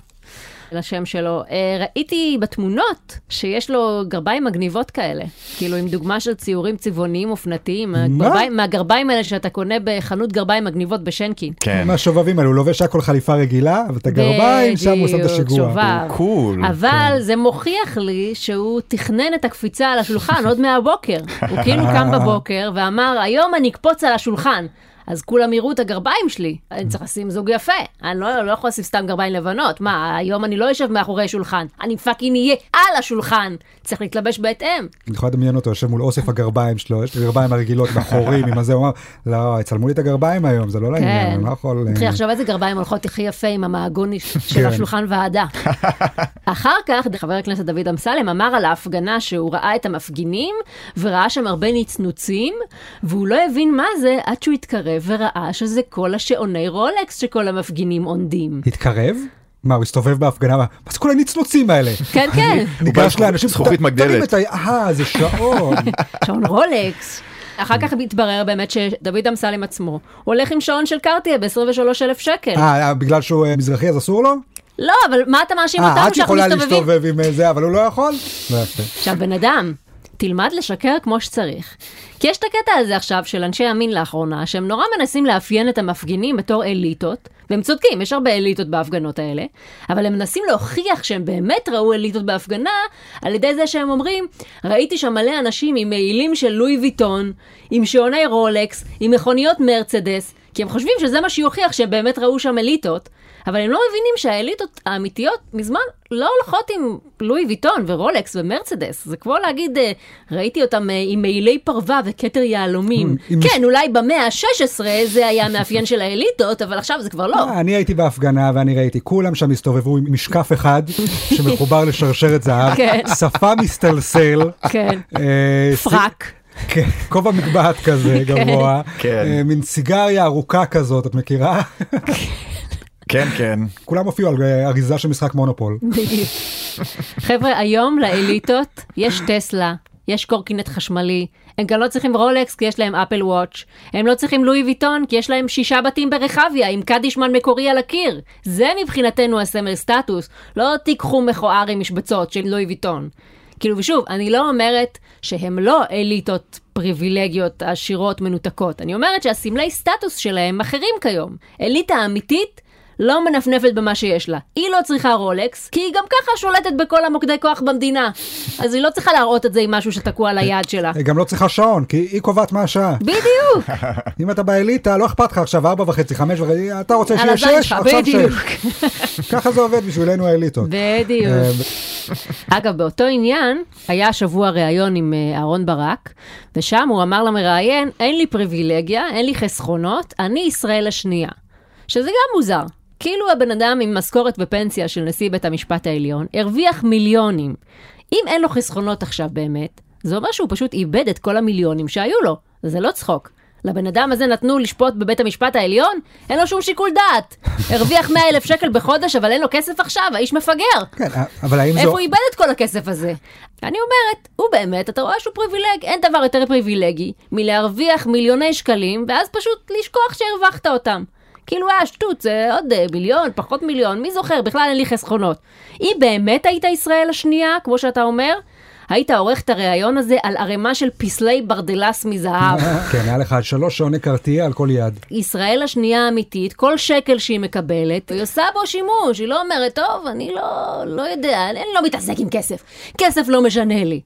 לשם שלו. אה, ראיתי בתמונות שיש לו גרביים מגניבות כאלה. כאילו, עם דוגמה של ציורים צבעוניים אופנתיים. הגרביים- מהגרביים האלה שאתה קונה בחנות גרביים מגניבות בשנקין.
כן.
מהשובבים האלה, הוא לובש הכל חליפה רגילה, אבל את הגרביים, שם הוא שם את
בדיוק,
השיגוע.
שובב.
קול.
אבל זה מוכיח לי שהוא תכנן את הקפיצה על השולחן עוד מהבוקר. הוא כאילו קם בבוקר ואמר, היום אני אקפוץ על השולחן. אז כולם יראו את הגרביים שלי, אני צריך לשים זוג יפה, אני לא, לא יכול לשים סתם גרביים לבנות, מה, היום אני לא אשב מאחורי שולחן, אני פאקינג אהיה על השולחן, צריך להתלבש בהתאם.
אני יכול לדמיין אותו יושב מול אוסף הגרביים שלו, יש את הגרביים הרגילות, בחורים, עם הזה, הוא אמר, לא, יצלמו לי את הגרביים היום, זה לא לעניין,
כן.
אני לא יכול... אה,
תתחיל לחשוב איזה גרביים הולכות הכי יפה עם המעגוני של
כן.
השולחן ועדה. אחר כך, חבר הכנסת דוד אמסלם אמר על ההפגנה שהוא ראה את המפגינים, וראה שם הרבה נצנוצים, והוא לא הבין מה זה עד שהוא התקרב וראה שזה כל השעוני רולקס שכל המפגינים עונדים.
התקרב? מה, הוא הסתובב בהפגנה, מה מה זה כל הניצנוצים האלה?
כן, כן,
בא עם
ניגש
זכוכית-
לאנשים,
זכוכית
"ת-
מגדלת."
תרים את ה- אה, זה שעון.
שעון רולקס. אחר כך התברר באמת שדוד אמסלם עצמו הולך עם שעון של קרטיה ב-23,000 שקל.
אה, אה, בגלל שהוא אה, מזרחי אז אסור לו?
לא, אבל מה אתה מאשים
אה,
אותנו
את
שאנחנו
יכולה
מסתובבים
להסתובב עם אה, זה, אבל הוא לא יכול? לא יפה.
עכשיו, בן אדם, תלמד לשקר כמו שצריך. כי יש את הקטע הזה עכשיו של אנשי ימין לאחרונה, שהם נורא מנסים לאפיין את המפגינים בתור אליטות, והם צודקים, יש הרבה אליטות בהפגנות האלה, אבל הם מנסים להוכיח שהם באמת ראו אליטות בהפגנה, על ידי זה שהם אומרים, ראיתי שם מלא אנשים עם מעילים של לואי ויטון, עם שעוני רולקס, עם מכוניות מרצדס, כי הם חושבים שזה מה שיוכיח שהם באמת ראו שם אליטות, אבל הם לא מבינים שהאליטות האמיתיות מזמן לא הולכות עם לואי ויטון ורולקס ומרצדס. זה כמו להגיד, אה, ראיתי אותם אה, עם מעילי פרווה וכתר יהלומים.
עם-
כן, אולי במאה ה-16 זה היה המאפיין של האליטות, אבל עכשיו זה כבר לא.
אה, אני הייתי בהפגנה ואני ראיתי, כולם שם הסתובבו עם משקף אחד שמחובר לשרשרת זהב,
כן.
שפה מסתלסל,
כן.
אה,
פרק.
סי- כן, כובע מגבעת כזה גבוה,
כן.
אה, מין סיגריה ארוכה כזאת, את מכירה?
כן, כן.
כולם הופיעו על אה, אריזה של משחק מונופול.
בדיוק. חבר'ה, היום לאליטות יש טסלה, יש קורקינט חשמלי, הם גם לא צריכים רולקס כי יש להם אפל וואץ', הם לא צריכים לואי ויטון כי יש להם שישה בתים ברחביה עם קדישמן מקורי על הקיר. זה מבחינתנו הסמל סטטוס, לא תיקחו מכוער עם משבצות של לואי ויטון. כאילו, ושוב, אני לא אומרת שהם לא אליטות פריבילגיות עשירות מנותקות, אני אומרת שהסמלי סטטוס שלהם אחרים כיום. אליטה אמיתית לא מנפנפת במה שיש לה. היא לא צריכה רולקס, כי היא גם ככה שולטת בכל המוקדי כוח במדינה. אז היא לא צריכה להראות את זה עם משהו שתקוע על היד שלה.
היא גם לא צריכה שעון, כי היא קובעת מה השעה.
בדיוק,
אם אתה באליטה, לא אכפת לך עכשיו ארבע וחצי, חמש וחצי, אתה רוצה
על
שיהיה
הזין
שש,
שלך,
עכשיו
בדיוק.
שש. ככה זה עובד בשבילנו האליטות.
בדיוק. אגב, באותו עניין, היה השבוע ראיון עם אה, אהרן ברק, ושם הוא אמר למראיין, אין לי פריבילגיה, אין לי חסכונות, אני ישראל השנייה. שזה גם מוזר. כאילו הבן אדם עם משכורת ופנסיה של נשיא בית המשפט העליון, הרוויח מיליונים. אם אין לו חסכונות עכשיו באמת, זה אומר שהוא פשוט איבד את כל המיליונים שהיו לו. זה לא צחוק. לבן אדם הזה נתנו לשפוט בבית המשפט העליון? אין לו שום שיקול דעת. הרוויח 100 אלף שקל בחודש, אבל אין לו כסף עכשיו, האיש מפגר.
כן, אבל האם
איפה
זו...
הוא איבד את כל הכסף הזה? אני אומרת, הוא באמת, אתה רואה שהוא פריבילג, אין דבר יותר פריבילגי מלהרוויח מיליוני שקלים, ואז פשוט לשכוח שהרווחת אותם. כאילו, אה, שטות, זה עוד אה, מיליון, פחות מיליון, מי זוכר, בכלל אין לי חסכונות. אם באמת היית ישראל השנייה, כמו שאתה אומר, היית עורך את הריאיון הזה על ערימה של פסלי ברדלס מזהב.
כן, היה לך שלוש שעוני קרטייה על כל יד.
ישראל השנייה האמיתית, כל שקל שהיא מקבלת, היא עושה בו שימוש, היא לא אומרת, טוב, אני לא, לא יודע, אני לא מתעסק עם כסף. כסף לא משנה לי.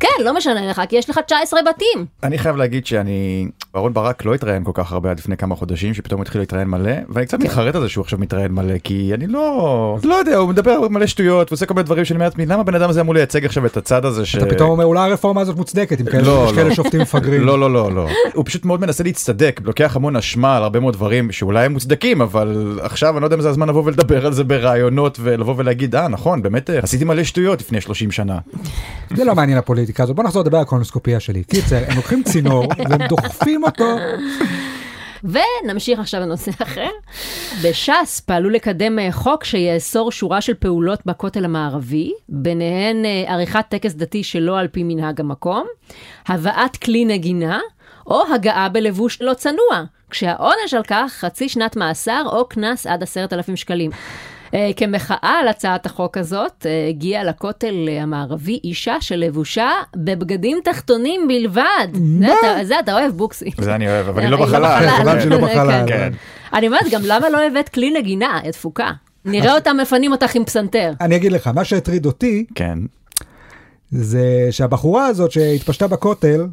כן, לא משנה לך, כי יש לך 19 בתים.
אני חייב להגיד שאני, אהרון ברק לא התראיין כל כך הרבה עד לפני כמה חודשים, שפתאום התחיל להתראיין מלא, ואני
כן.
קצת מתחרט על זה שהוא עכשיו מתראיין מלא, כי אני לא, לא יודע, הוא מדבר מלא שטויות, ועושה כל מיני דברים שאני אומר לעצמי, למה הבן אדם הזה אמור לייצג עכשיו את הצד הזה ש...
אתה פתאום אומר, אולי הרפורמה הזאת מוצדקת, אם כאלה-
אה, לא,
יש כאלה
לא.
שופטים מפגרים.
לא לא לא לא הוא פשוט מאוד מנסה להצטדק לוקח המון אשמה על הרבה מאוד דברים שאולי הם מוצדקים אבל עכשיו אני לא יודע אם זה הזמן לבוא ולדבר על זה ברעיונות ולבוא ולהגיד אה נכון באמת אה, עשיתי מלא שטויות לפני 30 שנה.
זה לא מעניין הפוליטיקה הזאת, בוא נחזור לדבר על קולונוסקופיה שלי. קיצר, הם לוקחים צינור והם דוחפים אותו.
ונמשיך עכשיו לנושא אחר. בש"ס פעלו לקדם אה, חוק שיאסור שורה של פעולות בכותל המערבי, ביניהן אה, עריכת טקס דתי שלא על פי מנהג המקום, הבאת כלי נגינה, או הגעה בלבוש לא צנוע, כשהעונש על כך חצי שנת מאסר או קנס עד עשרת אלפים שקלים. אה, כמחאה על הצעת החוק הזאת, אה, הגיעה לכותל אה, המערבי אישה שלבושה בבגדים תחתונים בלבד. מה? זה אתה אוהב, בוקסי.
זה אני אוהב אבל היא
היא
לא בחלל.
בחלל. חבל שהיא לא
כן.
בחלל.
כן.
אני אומרת גם, למה לא הבאת כלי נגינה? את תפוקה. נראה אותם מפנים אותך עם פסנתר.
אני אגיד לך, מה שהטריד אותי,
כן.
זה שהבחורה הזאת שהתפשטה בכותל,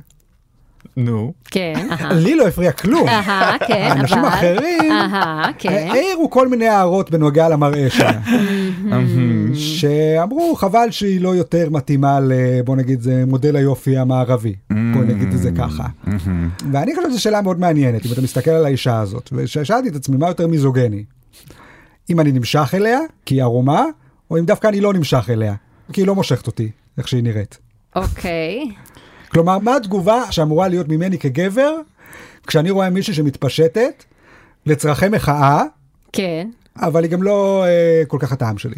נו.
כן, אהה.
לי לא הפריע כלום.
אהה, כן, אבל...
האנשים האחרים
אהה, כן.
העירו כל מיני הערות בנוגע למראה שלה, שאמרו חבל שהיא לא יותר מתאימה ל... בוא נגיד זה מודל היופי המערבי, בוא נגיד את זה ככה. ואני חושב שזו שאלה מאוד מעניינת, אם אתה מסתכל על האישה הזאת, ושאלתי את עצמי מה יותר מיזוגני, אם אני נמשך אליה, כי היא ערומה, או אם דווקא אני לא נמשך אליה, כי היא לא מושכת אותי, איך שהיא נראית.
אוקיי.
כלומר, מה התגובה שאמורה להיות ממני כגבר, כשאני רואה מישהי שמתפשטת לצרכי מחאה,
כן.
אבל היא גם לא אה, כל כך הטעם שלי.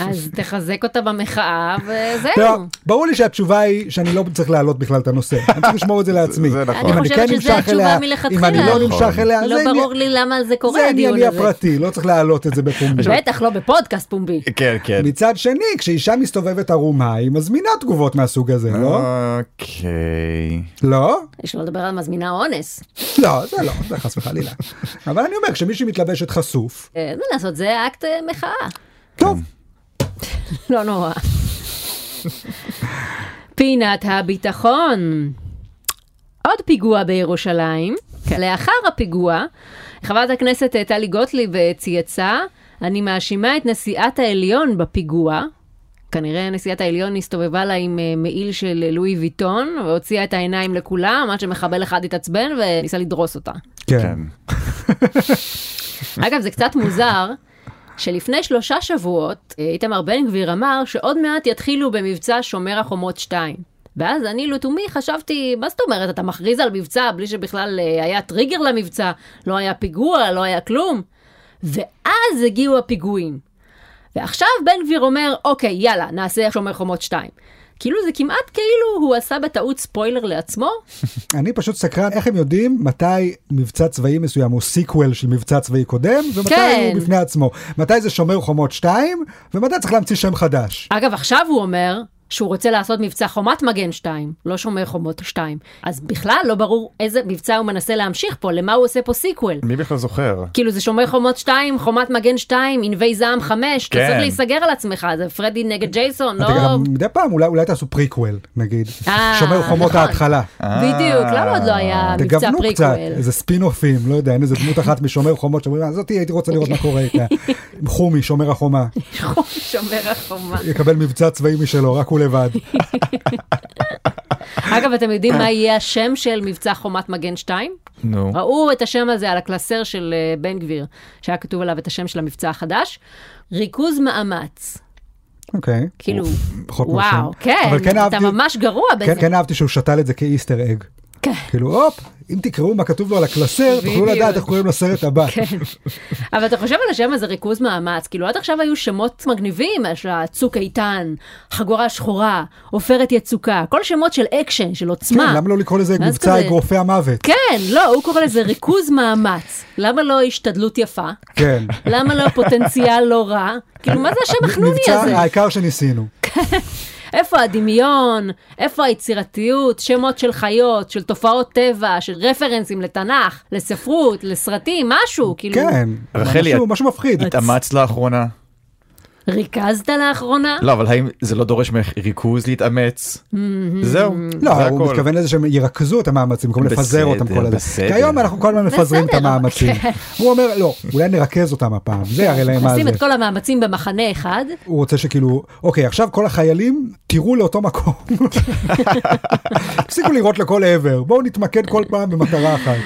אז תחזק אותה במחאה,
תראה,
וזהו.
ברור לי שהתשובה היא שאני לא צריך להעלות בכלל את הנושא, אני צריך לשמור את זה לעצמי.
זה נכון.
אם
אני
חושבת
כן
שזו
נמשך
התשובה
אליה, אם
מלכתחילה.
אני לא
נכון.
נמשך אליה,
לא
זה
ברור
עניין-
לי למה זה
זה
קורה, הדיון
ענייני
הזה.
הפרטי, לא צריך להעלות את זה בפומבי.
בטח לא בפודקאסט פומבי.
כן כן.
מצד שני, כשאישה מסתובבת ערומה, היא מזמינה תגובות מהסוג הזה, לא?
אה, אוקיי.
לא?
שלא לדבר על מזמינה אונס.
לא, זה לא, זה חס וחלילה. אבל אני אומר, כשמישהי מתלבשת חשוף,
אה, אין מה לעשות, זה אקט אה, מחאה.
כן.
טוב,
לא נורא. פינת הביטחון. עוד פיגוע בירושלים. לאחר הפיגוע, חברת הכנסת אה, טלי גוטליב אה, צייצה, אני מאשימה את נשיאת העליון בפיגוע. כנראה נשיאת העליון הסתובבה לה עם אה, מעיל של אה, לואי ויטון, והוציאה את העיניים לכולם, עד שמחבל אחד התעצבן וניסה לדרוס אותה.
כן.
כן.
אגב, זה קצת מוזר. שלפני שלושה שבועות אה, איתמר בן גביר אמר שעוד מעט יתחילו במבצע שומר החומות 2. ואז אני לתומי חשבתי, מה זאת אומרת, אתה מכריז על מבצע בלי שבכלל אה, היה טריגר למבצע, לא היה פיגוע, לא היה כלום. ואז הגיעו הפיגועים. ועכשיו בן גביר אומר, אוקיי, יאללה, נעשה שומר חומות 2. כאילו זה כמעט כאילו הוא עשה בטעות ספוילר לעצמו,
אני פשוט סקרן איך הם יודעים מתי מבצע צבאי מסוים הוא סיקוול של מבצע צבאי קודם, ומתי
כן.
הוא בפני עצמו. מתי זה שומר חומות 2, ומתי צריך להמציא שם חדש.
אגב, עכשיו הוא אומר שהוא רוצה לעשות מבצע חומת מגן 2, לא שומר חומות 2. אז בכלל לא ברור איזה מבצע הוא מנסה להמשיך פה, למה הוא עושה פה סיקוול.
מי בכלל זוכר?
כאילו זה שומר חומות 2, חומת מגן 2, ענבי זעם 5, אתה
כן.
צריך להיסגר על עצמך, זה פרדי נגד ג'ייסון, לא...
אתה גם מדי פעם אולי, אולי תעשו פריקוול נגיד,
אה,
שומר חומות
נכון.
ההתחלה.
בדיוק, למה עוד לא היה מבצע
תגוונו קצת,
פריקוול?
איזה ספין-אופים, לא יודע, אין איזה דמות אחת משומר חומות שאומרים, "אה, זאתי הייתי רוצה לראות מה קורה איתה. חומי, שומר החומה,
שומר החומה.
יקבל מבצע צבאי משלו, רק הוא לבד.
אגב, אתם יודעים מה יהיה השם של מבצע חומת מגן 2?
נו.
ראו את השם הזה על הקלסר של אה, בן גביר, שהיה כתוב עליו את השם של המבצע החדש. ריכוז מאמץ.
אוקיי.
כאילו,
פחות
וואו,
מרשים.
כן,
אבל כן
אתה
אהבתי-
ממש גרוע
כן,
בזה.
כן אהבתי שהוא שתל את זה כאיסטר אג.
כן.
כאילו, הופ, אם תקראו מה כתוב לו על הקלסר, תוכלו
בדיוק.
לדעת איך קוראים לסרט הבא.
כן. אבל אתה חושב על השם הזה ריכוז מאמץ, כאילו עד עכשיו היו שמות מגניבים, יש לה צוק איתן, חגורה שחורה, עופרת יצוקה, כל שמות של אקשן, של
כן,
עוצמה.
למה לא לקרוא לזה
ואז
מבצע
כזה-
אגרופי המוות?
כן, לא, הוא קורא לזה ריכוז מאמץ. למה לא השתדלות יפה?
כן.
למה לא פוטנציאל לא רע? כאילו, מה זה השם החנוני הזה?
מבצע העיקר שניסינו.
איפה הדמיון? איפה היצירתיות? שמות של חיות, של תופעות טבע, של רפרנסים לתנ"ך, לספרות, לסרטים, משהו, כאילו...
כן.
רחלי,
משהו-
את-
משהו מפחיד.
התאמצת לאחרונה?
ריכזת לאחרונה?
לא, אבל האם זה לא דורש ממך ריכוז להתאמץ? זהו, זה
לא, הוא
הכל.
מתכוון לזה שהם ירכזו את המאמצים, במקום לפזר
בסדר,
אותם כל הזמן.
בסדר.
כי היום אנחנו כל הזמן מפזרים את
בסדר,
המאמצים.
כן.
הוא אומר, לא, אולי נרכז אותם הפעם, זה יראה להם מה
עושים את
זה.
כל המאמצים במחנה אחד,
הוא רוצה שכאילו, אוקיי, עכשיו כל החיילים, תראו לאותו מקום. תפסיקו לראות לכל עבר, בואו נתמקד כל פעם במטרה אחת.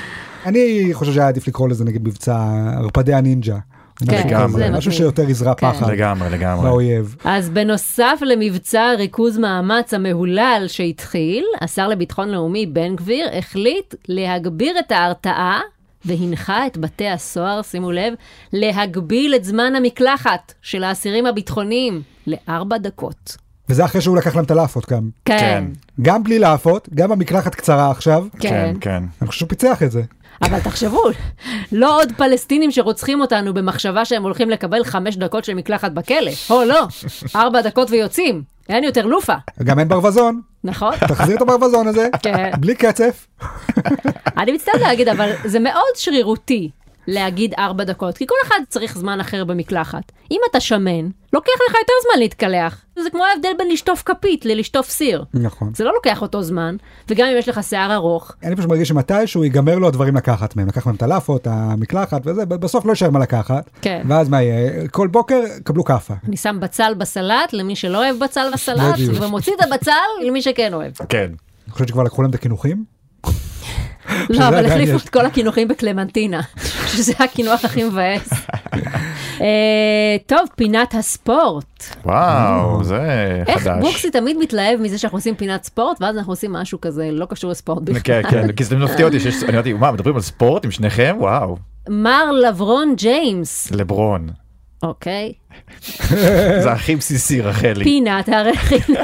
אני חושב שהיה עדיף לקרוא לזה נגיד מבצע ערפדי הנינג'ה. משהו כזה,
לגמרי. זה
משהו
מגניב.
שיותר יזרע
כן.
פחד
לגמרי, לגמרי.
באויב.
אז בנוסף למבצע ריכוז מאמץ המהולל שהתחיל, השר לביטחון לאומי בן גביר החליט להגביר את ההרתעה והנחה את בתי הסוהר, שימו לב, להגביל את זמן המקלחת של האסירים הביטחוניים לארבע דקות.
וזה אחרי שהוא לקח להם את הלאפות גם.
כן,
גם בלי לאפות, גם המקלחת קצרה עכשיו.
כן. כן.
כן.
אני חושב שהוא פיצח את זה.
אבל תחשבו, לא עוד פלסטינים שרוצחים אותנו במחשבה שהם הולכים לקבל חמש דקות של מקלחת בכלא. או לא, ארבע דקות ויוצאים, אין יותר לופה,
גם אין ברווזון,
נכון?
תחזיר את הברווזון הזה,
כן.
בלי קצף.
אני מצטערת להגיד, אבל זה מאוד שרירותי להגיד ארבע דקות, כי כל אחד צריך זמן אחר במקלחת. אם אתה שמן, לוקח לך יותר זמן להתקלח. זה כמו ההבדל בין לשטוף כפית ללשטוף סיר.
נכון.
זה לא לוקח אותו זמן, וגם אם יש לך שיער ארוך,
אני פשוט מרגיש שמתישהו ייגמר לו הדברים לקחת מהם, לקח מהם את הלאפות, המקלחת וזה, ב- בסוף לא יישאר מה לקחת.
כן.
ואז מה יהיה? כל בוקר קבלו כאפה.
אני שם בצל בסלט למי שלא אוהב בצל בסלט,
בדיוק.
ומוציא את הבצל למי שכן אוהב.
כן.
אני חושב שכבר לקחו להם את הקינוחים?
לא, אבל
עדיין
החליפו
יש.
את כל הקינוחים בקלמנטינה, שזה הקינוח הכי מבאס. אה, טוב, פינת הספורט.
וואו, זה
אה. איך
חדש.
בוקסי תמיד מתלהב מזה שאנחנו עושים פינת ספורט, ואז אנחנו עושים משהו כזה לא קשור לספורט
כן,
בכלל.
כן, כי זה מפתיע אותי שיש, אני אמרתי, מה, מדברים על ספורט עם שניכם? וואו.
מר לברון ג'יימס,
לברון.
אוקיי,
זה הכי בסיסי, רחלי.
פינת הרכיל.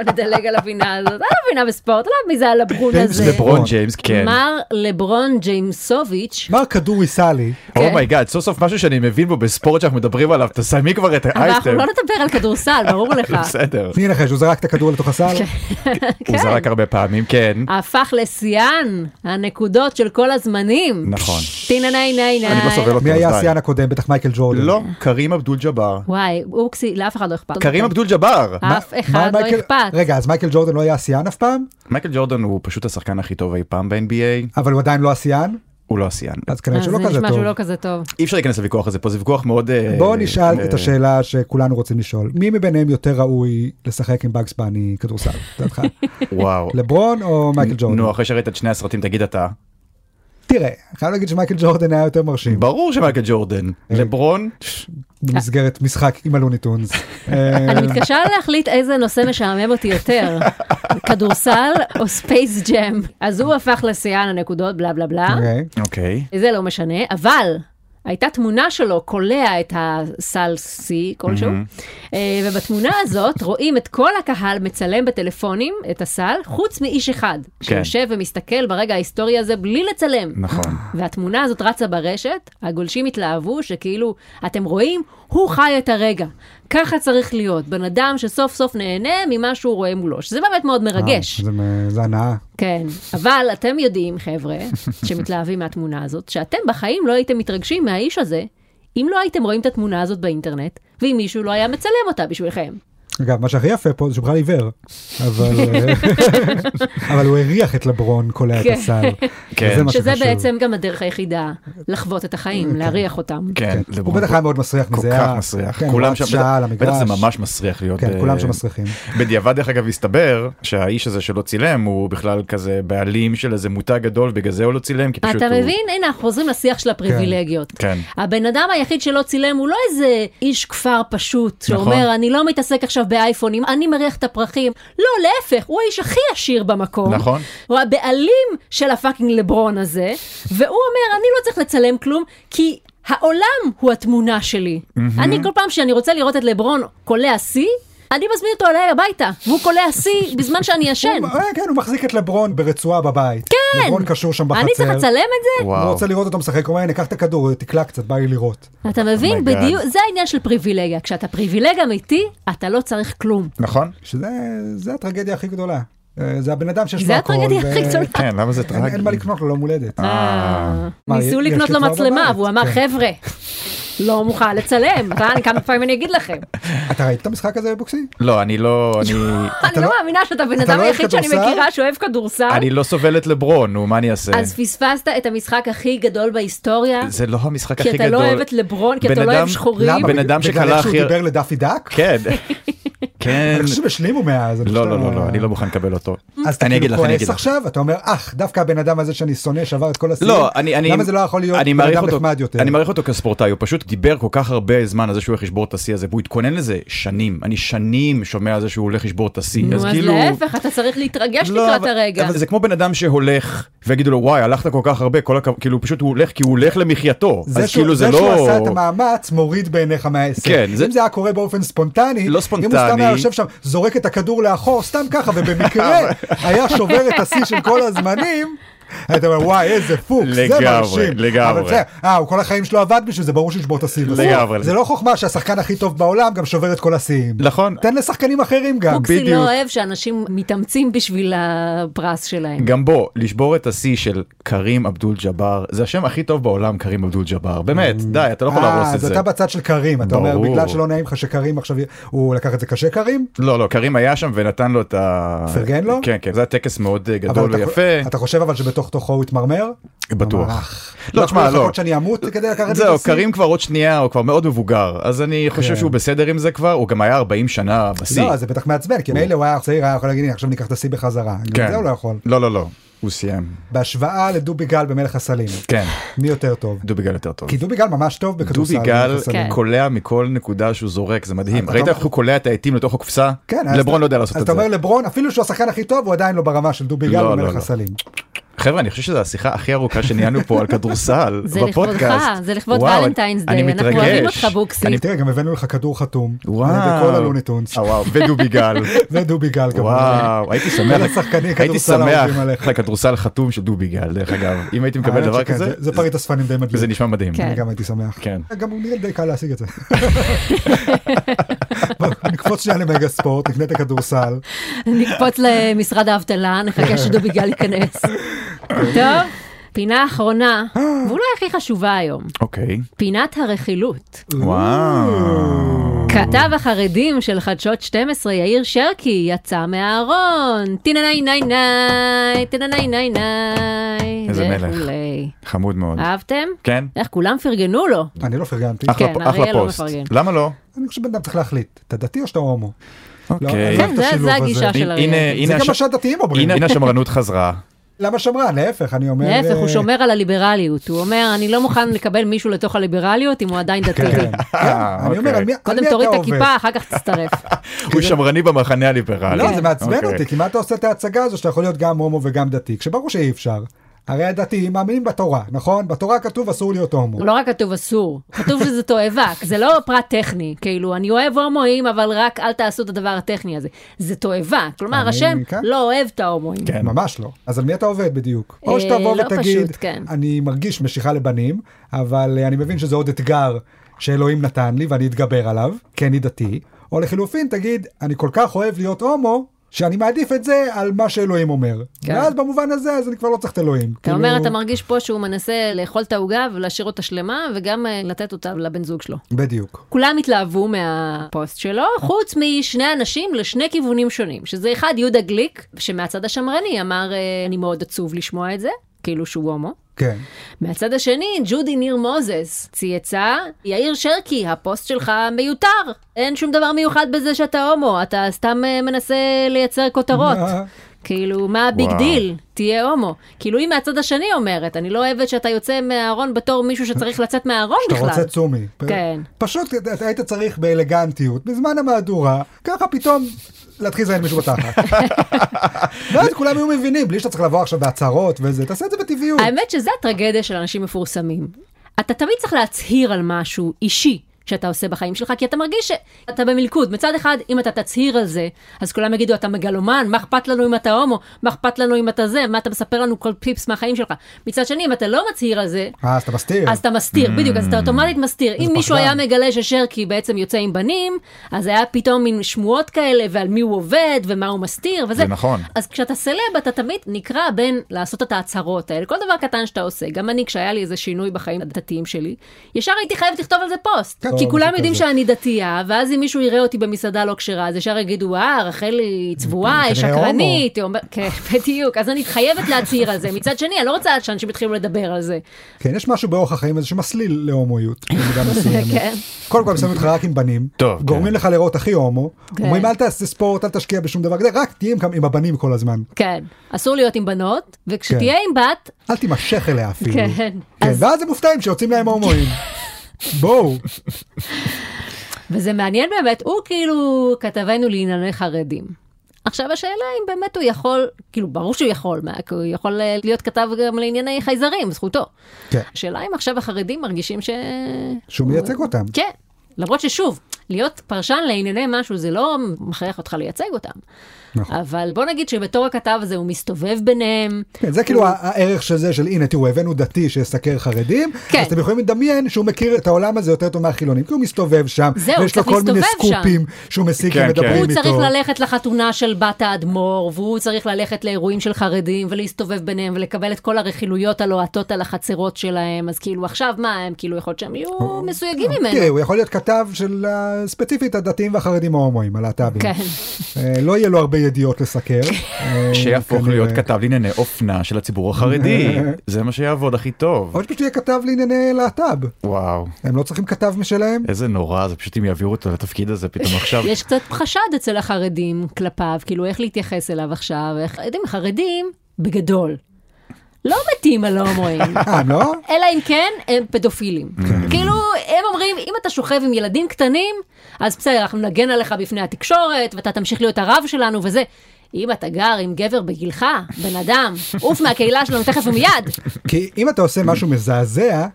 נדלג על הפינה הזאת, על הפינה בספורט, לא מי זה הלברון
ג'יימס
הזה.
לברון ג'יימס, כן.
מר לברון ג'יימסוביץ',
מר כדורי סלי,
כן.
אומייגאד, Oh סוף סוף משהו שאני מבין בו בספורט שאנחנו מדברים עליו, תסיימי כבר את
אבל אנחנו
האייטם.
לא נדבר על כדורסל, ברור לך.
לא, בסדר.
תני נחש, הוא זרק את הכדור לתוך הסל?
כן.
הוא זרק הרבה פעמים, כן.
הפך לשיאן הנקודות של כל הזמנים.
נכון.
טינה ניי ניי ניי.
אני לא סובל אותו,
מי היה
אז די.
השיאן הקודם? בטח מייקל ג'ורדן.
לא, קרים אבדול ג'אבר.
וואי, אוקסי, לאף אחד אה, לא אכפת.
קרים אבדול ג'אבר.
מה-
אף
מה
אחד לא
מייקל-
אכפת.
רגע, אז מייקל ג'ורדן לא היה השיאן אף פעם?
מייקל ג'ורדן הוא פשוט השחקן הכי טוב אי פעם ב-NBA,
אבל הוא עדיין לא השיאן?
הוא לא השיאן.
אז כנראה
אז
שהוא לא
זה
כזה
נשמע שהוא לא
טוב.
כזה טוב.
אי אפשר להיכנס לוויכוח הזה פה, זה ויכוח מאוד... אה,
בואו נשאל
אה,
את השאלה שכולנו רוצים לשאול. מי מביניהם יותר ראוי לשחק עם באגס בני כדורסל? לדעתך?
וואו.
לברון או מייקל ג'ורדן?
נו, אחרי שראית את שני הסרטים, תגיד אתה.
תראה, אני חייב להגיד שמייקל ג'ורדן היה יותר מרשים.
ברור שמייקל ג'ורדן.
אה,
לברון,
במסגרת משחק עם הלוני טונס.
אה,
אה,
אני מתקשה להחליט איזה נושא משעמם אותי יותר, כדורסל או ספייס ג'ם. אז הוא הפך לשיאן הנקודות, בלה בלה בלה.
אוקיי.
אוקיי.
זה לא משנה, אבל הייתה תמונה שלו קולע את הסל C כלשהו, אה, ובתמונה הזאת רואים את כל הקהל מצלם בטלפונים את הסל, חוץ מאיש אחד, שיושב ומסתכל ברגע ההיסטורי הזה בלי לצלם.
נכון.
והתמונה הזאת רצה ברשת, הגולשים התלהבו שכאילו, אתם רואים, הוא חי את הרגע. ככה צריך להיות, בן אדם שסוף סוף נהנה ממה שהוא רואה מולו, שזה באמת מאוד מרגש.
אה, זה מ- זה הנאה.
כן, אבל אתם יודעים, חבר'ה, שמתלהבים מהתמונה הזאת, שאתם בחיים לא הייתם מתרגשים מהאיש הזה, אם לא הייתם רואים את התמונה הזאת באינטרנט, ואם מישהו לא היה מצלם אותה בשבילכם.
אגב, מה שהכי יפה פה זה שהוא בכלל עיוור, אבל אה, אבל הוא הריח את לברון קולע את
כן.
הסל.
כן.
וזה מה
שזה
שחשוב.
בעצם גם הדרך היחידה לחוות את החיים, להריח אותם.
כן. זה
הוא בטח היה מאוד מסריח
כל
מזה.
כך
היה-
מסריח.
כן, הוא
כולם
רץ
שם,
שעה על
בטח- בטח זה
המגרש.
ממש מסריח להיות...
כן,
אה,
כולם שם מסריחים.
בדיעבד דרך אגב הסתבר שהאיש הזה שלא צילם הוא בכלל כזה בעלים של איזה מותג גדול בגלל זה הוא לא צילם כי פשוט
אה, אתה
הוא...
מבין? הנה, אנחנו חוזרים לשיח של הפריבילגיות.
כן.
הבן אדם היחיד שלא צילם הוא לא איזה איש כפר פשוט,
נכון.
שאומר, אני לא מתעסק עכשיו באייפונים, אני מריח את הפרחים. לא, להפך, הוא האיש הכי עשיר במקום.
נכון.
הוא הבעלים של הפאקינג לברון הזה, והוא אומר, אני לא צריך לצלם כלום, כי... העולם הוא התמונה שלי. אני כל פעם שאני רוצה לראות את לברון קולע שיא, אני מזמין אותו אליי הביתה, והוא קולע שיא בזמן שאני ישן.
הוא- אה, כן, הוא מחזיק את לברון ברצועה בבית. כן. לברון קשור שם בחצר.
אני צריך לצלם את זה?
הוא
וואו.
רוצה לראות אותו משחק, הוא אומר, הנה, קח את הכדור, תקלע קצת, בא לי לראות.
אתה
Oh
מבין?
אומייגאד.
בדיוק, זה העניין של פריבילגיה. כשאתה פריבילג אמיתי, אתה לא צריך כלום.
נכון?
שזה זה הטרגדיה הכי גדולה. אה, זה הבן אדם שיש לו
זה
הכל.
הטרגדיה
ו-
הכי גדולה.
כן למה זה
אין-
טרגי?
אין מה לקנות לו, לא מולדת.
אה,
מה,
ניסו
יש לי
לקנות לו
כבר
מצלמה,
בבית,
והוא אמר,
כן.
חבר'ה, לא מוכן לצלם, אתה- כמה פעמים אני אגיד לכם.
אתה ראית את המשחק הזה בבוקסי?
לא אני לא אני
אני לא
לא-
מאמינה שאתה בן
אתה
אדם
לא אוהב
היחיד שאני
כדורסל?
מכירה שאוהב כדורסל.
אני לא סובל את לברון נו מה אני אעשה?
אה? אז פספסת את המשחק הכי גדול בהיסטוריה,
זה לא המשחק הכי
כי
גדול.
אתה לא אוהב את לברון, כי
בן
אתה לא
אדם-
אוהב שחורים.
למה?
בן אדם
בגלל
שקלע
איך שהוא
הכי-
דיבר לדאפי דאק?
כן. כן.
אני חושב שהם השלימו מאז. אני
לא
חושב
לא לא
שאתה-
לא אני לא מוכן לקבל אותו.
אוקיי.
אז אתה
אני אגיד
כאילו
לך אני אגיד
כועס
לך.
עכשיו, אתה אומר, אך, דווקא הבן אדם הזה שאני שונא שעבר את כל הסיום,
לא, אני, אני,
למה זה לא יכול להיות
אני
בן
מעריך
אדם
אותו-
נחמד יותר?
אני מעריך אותו כספורטאי, הוא פשוט דיבר כל כך הרבה זמן על זה שהוא הולך לשבור את השיא הזה, והוא התכונן לזה שנים, אני שנים שומע על זה שהוא הולך לשבור את השיא,
נו,
אז
אז
כאילו...
להפך, אתה צריך להתרגש
לא,
לקראת
אבל-
הרגע.
אבל זה כמו בן אדם שהולך, ויגידו לו וואי הלכת כל כך הרבה, כל הכבוד, כאילו פשוט הוא הולך כי הוא הולך למחייתו,
זה
אז
שהוא-
כאילו זה
זה שהוא עשה את
לא...
המאמץ מוריד בעיניך מהעשר.
כן, זה-
אם זה היה קורה באופן ספונטני,
לא
אם הוא סתם
ספונטני.
היה יושב שם, זורק את הכדור לאחור, סתם ככה, ובמקרה היה שובר את השיא של כל הזמנים, היית אומר, וואי, איזה פוקס, זה
לגמרי,
מרשים.
לגמרי.
אבל זה, אה, הוא כל החיים שלו עבד בשביל זה, ברור שהוא ישבור את השיא. בסוף.
לגמרי.
זה לא חוכמה שהשחקן הכי טוב בעולם גם שובר את כל השיאים.
נכון,
תן לשחקנים אחרים גם.
בוקסי
בדיוק.
לא אוהב שאנשים מתאמצים בשביל הפרס שלהם.
גם בו, לשבור את השיא של קרים אבדול ג'באר, זה השם הכי טוב בעולם קרים אבדול ג'באר, באמת, די, אתה לא יכול
אה,
להרוס את
אז
זה.
אתה בצד של קרים, אתה אומר,
ברור.
בגלל שלא נעים לך שקרים עכשיו, הוא לקח את זה קשה קרים?
לא, לא, קרים היה שם ונתן לו את ה...
פרגן לו?
כן, כן, זה היה טקס מאוד אה,
אבל
גדול
אתה-
ויפה.
אתה חושב אבל שבתוך תוכו הוא התמרמר? אמר,
בטוח.
"אח,
לא,
אנחנו
תשמע, לא.
לחכות שאני אמות כדי לקחת את זה?
זהו, קרים כבר עוד שנייה, הוא כבר מאוד מבוגר, אז אני חושב שהוא בסדר עם זה כבר, הוא גם היה 40 שנה בשיא.
כן. לא, זה בטח מעצבן, כי מילא הוא היה צעיר, היה יכול להגיד, "הנה, עכשיו ניקח את השיא בחזרה.
כן.
גם זה הוא לא יכול.
לא, לא, לא, הוא סיים.
בהשוואה לדובי גל במלך הסלים,
כן,
מי יותר טוב?
דוביגל יותר טוב.
כי דובי גל ממש טוב בכדורסל.
דובי גל
במלך הסלים.
כן.
קולע מכל נקודה שהוא זורק, זה מדהים.
אתה
ראית
אומר-
איך הוא קולע את העטים לתוך הקופסה?
כן, אז-
לברון לא יודע לעשות
אז
את
אתה
זה.
אומר לברון, אפילו שהוא השחקן הכי טוב, הוא עדיין לא ברמה של דובי גל
לא, לא,
במלך
לא.
הסלים.
חבר'ה, אני חושב שזו השיחה הכי ארוכה שניהלנו פה על כדורסל
זה לכבודך,
בפודקאסט.
זה לכבוד
וואו,
ולנטיינס
אני
דיי, אנחנו
מתרגש.
אוהבים אותך, בוקסי.
אני-
תראה, גם הבאנו לך כדור חתום. על ידי כל
וואו.
הלוניטונס.
אה, וואו, ודוביגל.
ודובי גל כמובן.
וואו, הייתי שמח,
כל השחקני
הייתי
כדורסל
שמח
האהובים עליך.
לכדורסל חתום של דוביגל, דרך אגב. אם הייתי מקבל
האמת
דבר
שכן,
כזה,
זה- זה פריט אספנים די מדליק.
זה נשמע מדהים.
כן.
אני גם הייתי שמח.
כן.
גם הוא נראה לי די קל להשיג את זה. בוא, נקפוץ שנייה למגה ספורט, נקנה את הכדורסל.
נקפוץ למשרד האבטלה, נחכה שדובי גל ייכנס. טוב, פינה אחרונה, ואולי הכי חשובה היום,
אוקיי.
פינת הרכילות.
וואו.
כתב החרדים של חדשות 12, יאיר שרקי, יצא מהארון. טינניי ניי ניי, טינניי ניי ניי.
איזה מלך.
וכולי.
חמוד מאוד.
אהבתם?
כן?
איך כולם פרגנו לו?
אני לא פרגנתי.
אחלה
אה? כן,
פ-
אריאל
אחלה
לא
פוסט.
מפרגן.
למה לא?
אני חושב שבן אדם צריך להחליט, אתה דתי או שאתה הומו?
אוקיי.
לא, אני אוהב את
כן, זה-
השילוב
זה
הזה.
הגישה של
הנה,
אריאל.
זה
הנה,
גם מה
הש-
שהדתיים אומרים.
הנה השמרנות חזרה.
למה שמרן? להפך, אני אומר...
להפך,
אה,
הוא שומר על הליברליות. הוא אומר, אני לא מוכן לקבל מישהו לתוך הליברליות אם הוא עדיין דתי.
כן, כן.
אה,
אני אומר,
אוקיי.
על מי על מי אתה
קודם
עובד?
תוריד את הכיפה, אחר כך תצטרף.
הוא שמרני במחנה הליברלי.
לא, זה מעצבן
אוקיי.
אותי, כי מה אתה עושה את ההצגה הזו שאתה יכול להיות גם הומו וגם דתי, כשברור שאי אפשר. הרי הדתיים מאמינים בתורה, נכון? בתורה כתוב אסור להיות הומו.
לא רק כתוב אסור, כתוב שזה תועבה, זה לא פרט טכני, כאילו, אני אוהב הומואים, אבל רק אל תעשו את הדבר הטכני הזה. זה תועבה, כלומר,
אני-
השם
כן.
לא אוהב את ההומואים.
כן.
ממש לא. אז על מי אתה עובד בדיוק? או
אה,
שתבוא
לא
ותגיד,
פשוט, כן.
אני מרגיש משיכה לבנים, אבל אה, אני מבין שזה עוד אתגר שאלוהים נתן לי ואני אתגבר עליו, כי אני דתי, או לחילופין תגיד, אני כל כך אוהב להיות הומו, שאני מעדיף את זה על מה שאלוהים אומר.
כן.
ואז במובן הזה, אז אני כבר לא צריך את אלוהים.
אתה
כאילו,
אומר, אתה מרגיש פה שהוא מנסה לאכול את העוגה ולהשאיר אותה שלמה, וגם אה, לתת אותה לבן זוג שלו.
בדיוק.
כולם התלהבו מהפוסט שלו, חוץ משני אנשים לשני כיוונים שונים. שזה אחד, יהודה גליק, שמהצד השמרני אמר, אה, אני מאוד עצוב לשמוע את זה, כאילו שהוא הומו.
כן.
מהצד השני, ג'ודי ניר מוזס צייצה, יאיר שרקי, הפוסט שלך מיותר. אין שום דבר מיוחד בזה שאתה הומו, אתה סתם אה, מנסה לייצר כותרות.
מה?
כאילו, מה הביג
וואו.
דיל? תהיה הומו. כאילו, היא מהצד השני אומרת, אני לא אוהבת שאתה יוצא מהארון בתור מישהו שצריך לצאת מהארון
שאתה
בכלל.
רוצה צומי.
כן.
פשוט אתה- אתה היית צריך באלגנטיות, בזמן המהדורה, ככה פתאום להתחיל לזיין מישהו בתחת. ואז כולם היו מבינים, בלי שאתה צריך לבוא עכשיו בהצהרות וזה, תעשה את זה בטבעיות.
האמת שזה הטרגדיה של אנשים מפורסמים. אתה תמיד צריך להצהיר על משהו אישי. שאתה עושה בחיים שלך, כי אתה מרגיש שאתה במלכוד. מצד אחד, אם אתה תצהיר על זה, אז כולם יגידו, אתה מגלומן, מה אכפת לנו אם אתה הומו, מה אכפת לנו אם אתה זה, מה אתה מספר לנו כל פיפס מהחיים שלך. מצד שני, אם אתה לא מצהיר על זה,
אה, אז אתה מסתיר. Mm.
אז אתה מסתיר, בדיוק, אז אתה אוטומטית מסתיר. אם מישהו
פחדן.
היה מגלה ששרקי בעצם יוצא עם בנים, אז היה פתאום מין שמועות כאלה, ועל מי הוא עובד, ומה הוא מסתיר, וזה.
זה נכון.
אז כשאתה סלב, אתה תמיד נקרע בין לעשות את ההצהרות האלה. כל דבר קטן שאתה עושה, גם אני, כשהיה לי איזה שינוי בחיים הדתיים שלי, ישר הייתי חייבת לכתוב על זה פוסט.
כן,
כי
או
כולם
משהו
יודעים
כזה.
שאני דתייה, ואז אם מישהו יראה אותי במסעדה לא כשרה, אז ישר יגידו, אה, רחלי היא צבועה, היא
כנראה הומו."
שקרנית. הייתי אומר, כן, בדיוק, אז אני חייבת להצהיר על זה. מצד שני, אני לא רוצה שאנשים יתחילו לדבר על זה.
כן, יש משהו באורח החיים הזה שמסליל להומואיות. במידה מסוימת.
כן.
קודם כל, הם שמים אותך רק עם בנים.
טוב,
גורמים
כן.
לך לראות הכי הומו.
כן.
אומרים, אל תעשה ספורט, אל תשקיע בשום דבר כזה, רק תהיה עם- עם הבנים כל הזמן.
כן, אסור להיות עם בנות, וכשתהיה
כן.
עם בת,
אל תימשך אליה אפילו.
כן.
כן,
אז-
ואז הם מופתעים שיוצאים להם הומואים. בואו.
וזה מעניין באמת, הוא כאילו כתבנו לענייני חרדים. עכשיו השאלה אם באמת הוא יכול, כאילו ברור שהוא יכול, מה, כי הוא יכול אה, להיות כתב גם לענייני חייזרים, זכותו.
כן.
השאלה אם עכשיו החרדים מרגישים ש...
שהוא מייצג אותם.
כן, למרות ששוב, להיות פרשן לענייני משהו זה לא מכריח אותך לייצג אותם.
נכון.
אבל בוא נגיד שבתור הכתב הזה הוא מסתובב ביניהם.
כן, זה כאילו הערך של זה של הנה תראו הבאנו דתי שיסקר חרדים
כן.
אז אתם יכולים לדמיין שהוא מכיר את העולם הזה יותר טוב מהחילונים כי הוא מסתובב שם
זהו,
ויש לו
צריך
כל מיני
להסתובב שם.
סקופים שהוא מסיק
כן, כן.
ומדברים
הוא
איתו.
צריך ללכת לחתונה של בת האדמו"ר, והוא צריך ללכת לאירועים של חרדים, ולהסתובב ביניהם, ולקבל את כל הרכילויות הלוהטות על החצרות שלהם, אז כאילו עכשיו מה, הם כאילו יכול להיות שהם יהיו מסויגים
תראה,
ממנו.
כן, הוא יכול להיות כתב של אה, ספציפית הדתיים והחרדים ההומואים, הלהט"בים.
כן.
אה, לא יהיה לו הרבה ידיעות לסקר. אה,
שיהפוך
כנראה.
להיות כתב לענייני אופנה של הציבור החרדי. זה מה שיעבוד הכי טוב.
או שפשוט יהיה כתב לענייני להט"ב.
וואו,
הם לא צריכים כתב משלהם?
איזה נורא זה פשוט אם יעבירו אותו לתפקיד הזה פתאום עכשיו.
יש קצת חשד אצל החרדים כלפיו, כאילו איך להתייחס אליו עכשיו, איך, יודעים, חרדים, בגדול. לא מתים על ההומואים.
אה, הם לא?
אלא אם כן הם פדופילים.
כן.
כאילו, הם אומרים, אם אתה שוכב עם ילדים קטנים, אז בסדר, אנחנו נגן עליך בפני התקשורת, ואתה תמשיך להיות הרב שלנו וזה. אם אתה גר עם גבר בגילך, בן אדם, עוף מהקהילה שלנו תכף ומיד.
כי אם אתה עושה משהו מזעזע,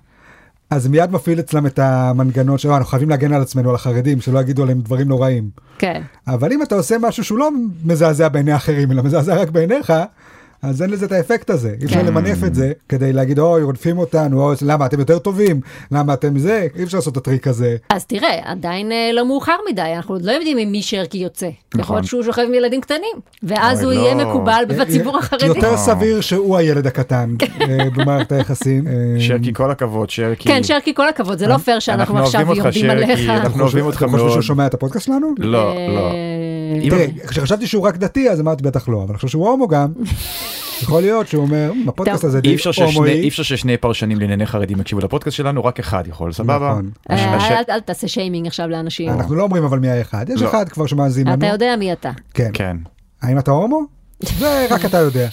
אז מיד מפעיל אצלם את המנגנון שלו, אנחנו חייבים להגן על עצמנו, על החרדים, שלא יגידו עליהם דברים נוראים.
כן.
אבל אם אתה עושה משהו שהוא לא מזעזע בעיני אחרים, אלא מזעזע רק בעיניך, אז אין לזה את האפקט הזה. אי אפשר
כן.
למנף את זה כדי להגיד, אוי, רודפים אותנו, אוי, למה אתם יותר טובים, למה אתם זה, אי אפשר לעשות את הטריק הזה.
אז תראה, עדיין אה, לא מאוחר מדי, אנחנו עוד לא יודעים עם מי שרקי יוצא. יכול
נכון.
להיות שהוא שוכב עם ילדים קטנים, ואז
אוי,
הוא
לא. אה,
יהיה מקובל בציבור החרדי.
אה, יותר סביר שהוא הילד הקטן אה, במערכת היחסים. אה,
שרקי כל הכבוד שרקי.
כן, שרקי, כל הכבוד, זה לא פייר שאנחנו
אנחנו
עכשיו
אוהבים אותך,
יורדים
שרקי,
עליך.
אנחנו אוהבים אותך
אתם חושבים שהוא
מאוד.
שומע את הפודקאסט שלנו?
לא, לא.
אה,
אם-
תראה, כשחשבתי שהוא רק דתי אז אמרתי בטח לא, אבל עכשיו שהוא הומו גם, יכול להיות שהוא אומר, "מ, הפודקאסט
טוב.
הזה
אי
די
אפשר ששני- אי
הומואי.
אפשר ששני פרשנים לענייני חרדים יקשיבו לפודקאסט שלנו, רק אחד יכול, סבבה?
נכון.
אה,
הש-
אל- אל תעשה שיימינג עכשיו לאנשים.
אנחנו לא אומרים אבל מי האחד, יש
לא.
אחד כבר שמאזין לנו.
אתה יודע מי אתה.
כן.
כן.
האם אתה הומו? זה רק אתה יודע.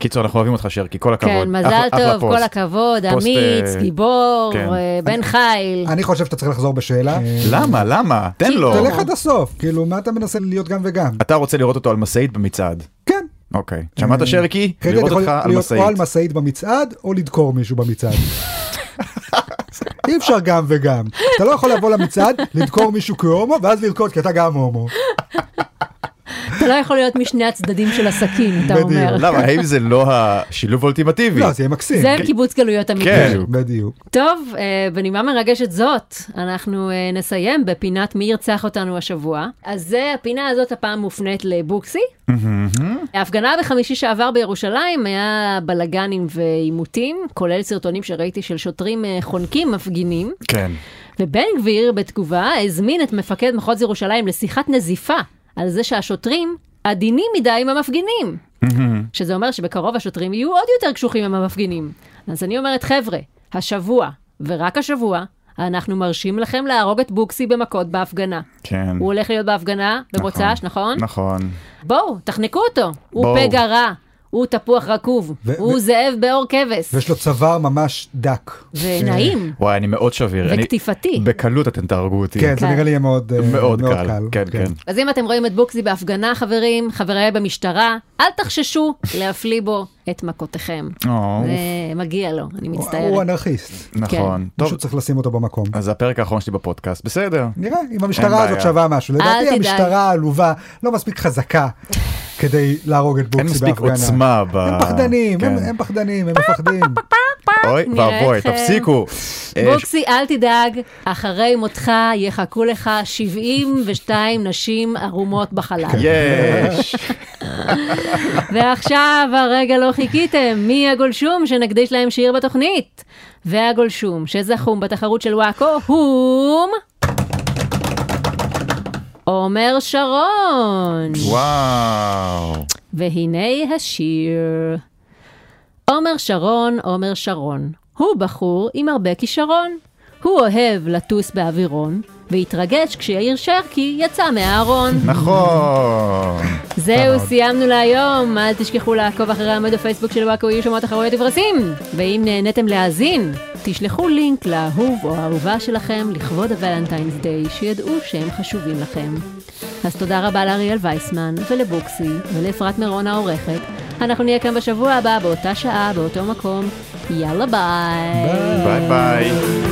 קיצור, אנחנו אוהבים אותך שרקי, כל הכבוד.
כן,
אחלה-
מזל
אחלה
טוב,
פוסט.
כל הכבוד,
פוסט,
אמיץ,
אה,
גיבור,
כן.
אה, בן חיל.
אני חושב שאתה צריך לחזור בשאלה.
כן.
למה? למה? תן לו.
תלך-
תלך עד הסוף, כאילו, מה אתה מנסה להיות גם וגם?
אתה רוצה לראות אותו על משאית במצעד.
כן.
אוקיי. שמעת שרקי?
אחרת
לראות
יכול
אותך על
להיות או על
משאית.
משאית במצעד, או לדקור מישהו במצעד. אי אפשר גם וגם. אתה לא יכול לבוא למצעד, לדקור מישהו כהומו, ואז לרקוד כי אתה גם הומו.
אתה לא יכול להיות משני הצדדים של הסכין, אתה
בדיוק.
אומר.
למה, האם זה לא השילוב האולטימטיבי?
לא, זה יהיה מקסים.
זה קיבוץ גלויות אמיתי.
כן.
בדיוק.
טוב, אה, בנימה מרגשת זאת, אנחנו אה, נסיים בפינת מי ירצח אותנו השבוע. אז זה, הפינה הזאת הפעם מופנית לבוקסי.
Mm-hmm.
ההפגנה בחמישי שעבר בירושלים היה בלאגנים ועימותים, כולל סרטונים שראיתי של שוטרים אה, חונקים מפגינים,
כן.
ובן גביר בתגובה הזמין את מפקד מחוז ירושלים לשיחת נזיפה על זה שהשוטרים עדינים מדי עם המפגינים. שזה אומר שבקרוב השוטרים יהיו עוד יותר קשוחים עם המפגינים. אז אני אומרת, חבר'ה, השבוע, ורק השבוע, אנחנו מרשים לכם להרוג את בוקסי במכות בהפגנה.
כן.
הוא הולך להיות בהפגנה במוצ"ש,
לא?
נכון?
נכון.
בואו, תחנקו אותו. הוא
בואו.
פגע רע, הוא תפוח רקוב,
ו-
הוא
ו-
זאב בעור כבש,
ויש לו צוואר ממש דק.
ונעים,
וואי, אני מאוד שביר. אני-
וקטיפתי.
בקלות אתם תהרגו אותי.
כן, זה
קל.
נראה לי יהיה מאוד אה,
מאוד קל. כן, כן.
אז אם אתם רואים את בוקסי בהפגנה, חברים, חבריי במשטרה, אל תחששו להפליא בו את מכותיכם.
או,
זה מגיע לו, אני
הוא- הוא
מצטערת.
אנרכיסט.
נכון. טוב,
פשוט צריך לשים אותו במקום.
אז זה הפרק האחרון שלי בפודקאסט. בסדר.
נראה אם
אין
המשטרה
בעיה.
הזאת שווה משהו. לדעתי
תדאג.
המשטרה העלובה לא מספיק חזקה כדי להרוג את
אין
בוקסי בהפגנה.
מספיק עוצמה ב...
הם פחדנים, הם-
כן.
הם פחדנים, הם מפחדים.
אוי
נראה
ואבוי,
אתכם.
תפסיקו. אה,
בוקסי, אל תדאג, אחרי מותך יחכו לך 72 נשים ערומות בחלל.
כן. יש.
ועכשיו הרגע לא חיכיתם, מי הגולשום שנקדיש להם שיר בתוכנית? והגולשום שזכום בתחרות של וואקו הוא... עומר שרון.
וואו.
והנה השיר. עומר שרון, עומר שרון, הוא בחור עם הרבה כישרון. הוא אוהב לטוס באווירון, והתרגש כשיאיר שרקי יצא מהארון.
נכון.
זהו, סיימנו להיום. אל תשכחו לעקוב אחרי עמוד הפייסבוק של וואקו, יהיו שמות אחרויות ופרסים. ואם נהניתם להאזין, תשלחו לינק לאהוב או האהובה שלכם לכבוד הוולנטיינס דיי, שידעו שהם חשובים לכם. אז תודה רבה לאריאל וייסמן, ולבוקסי, ולאפרת מירון העורכת. אנחנו נהיה כאן בשבוע הבא, באותה שעה, באותו מקום. יאללה ביי.
ביי.
ביי ביי.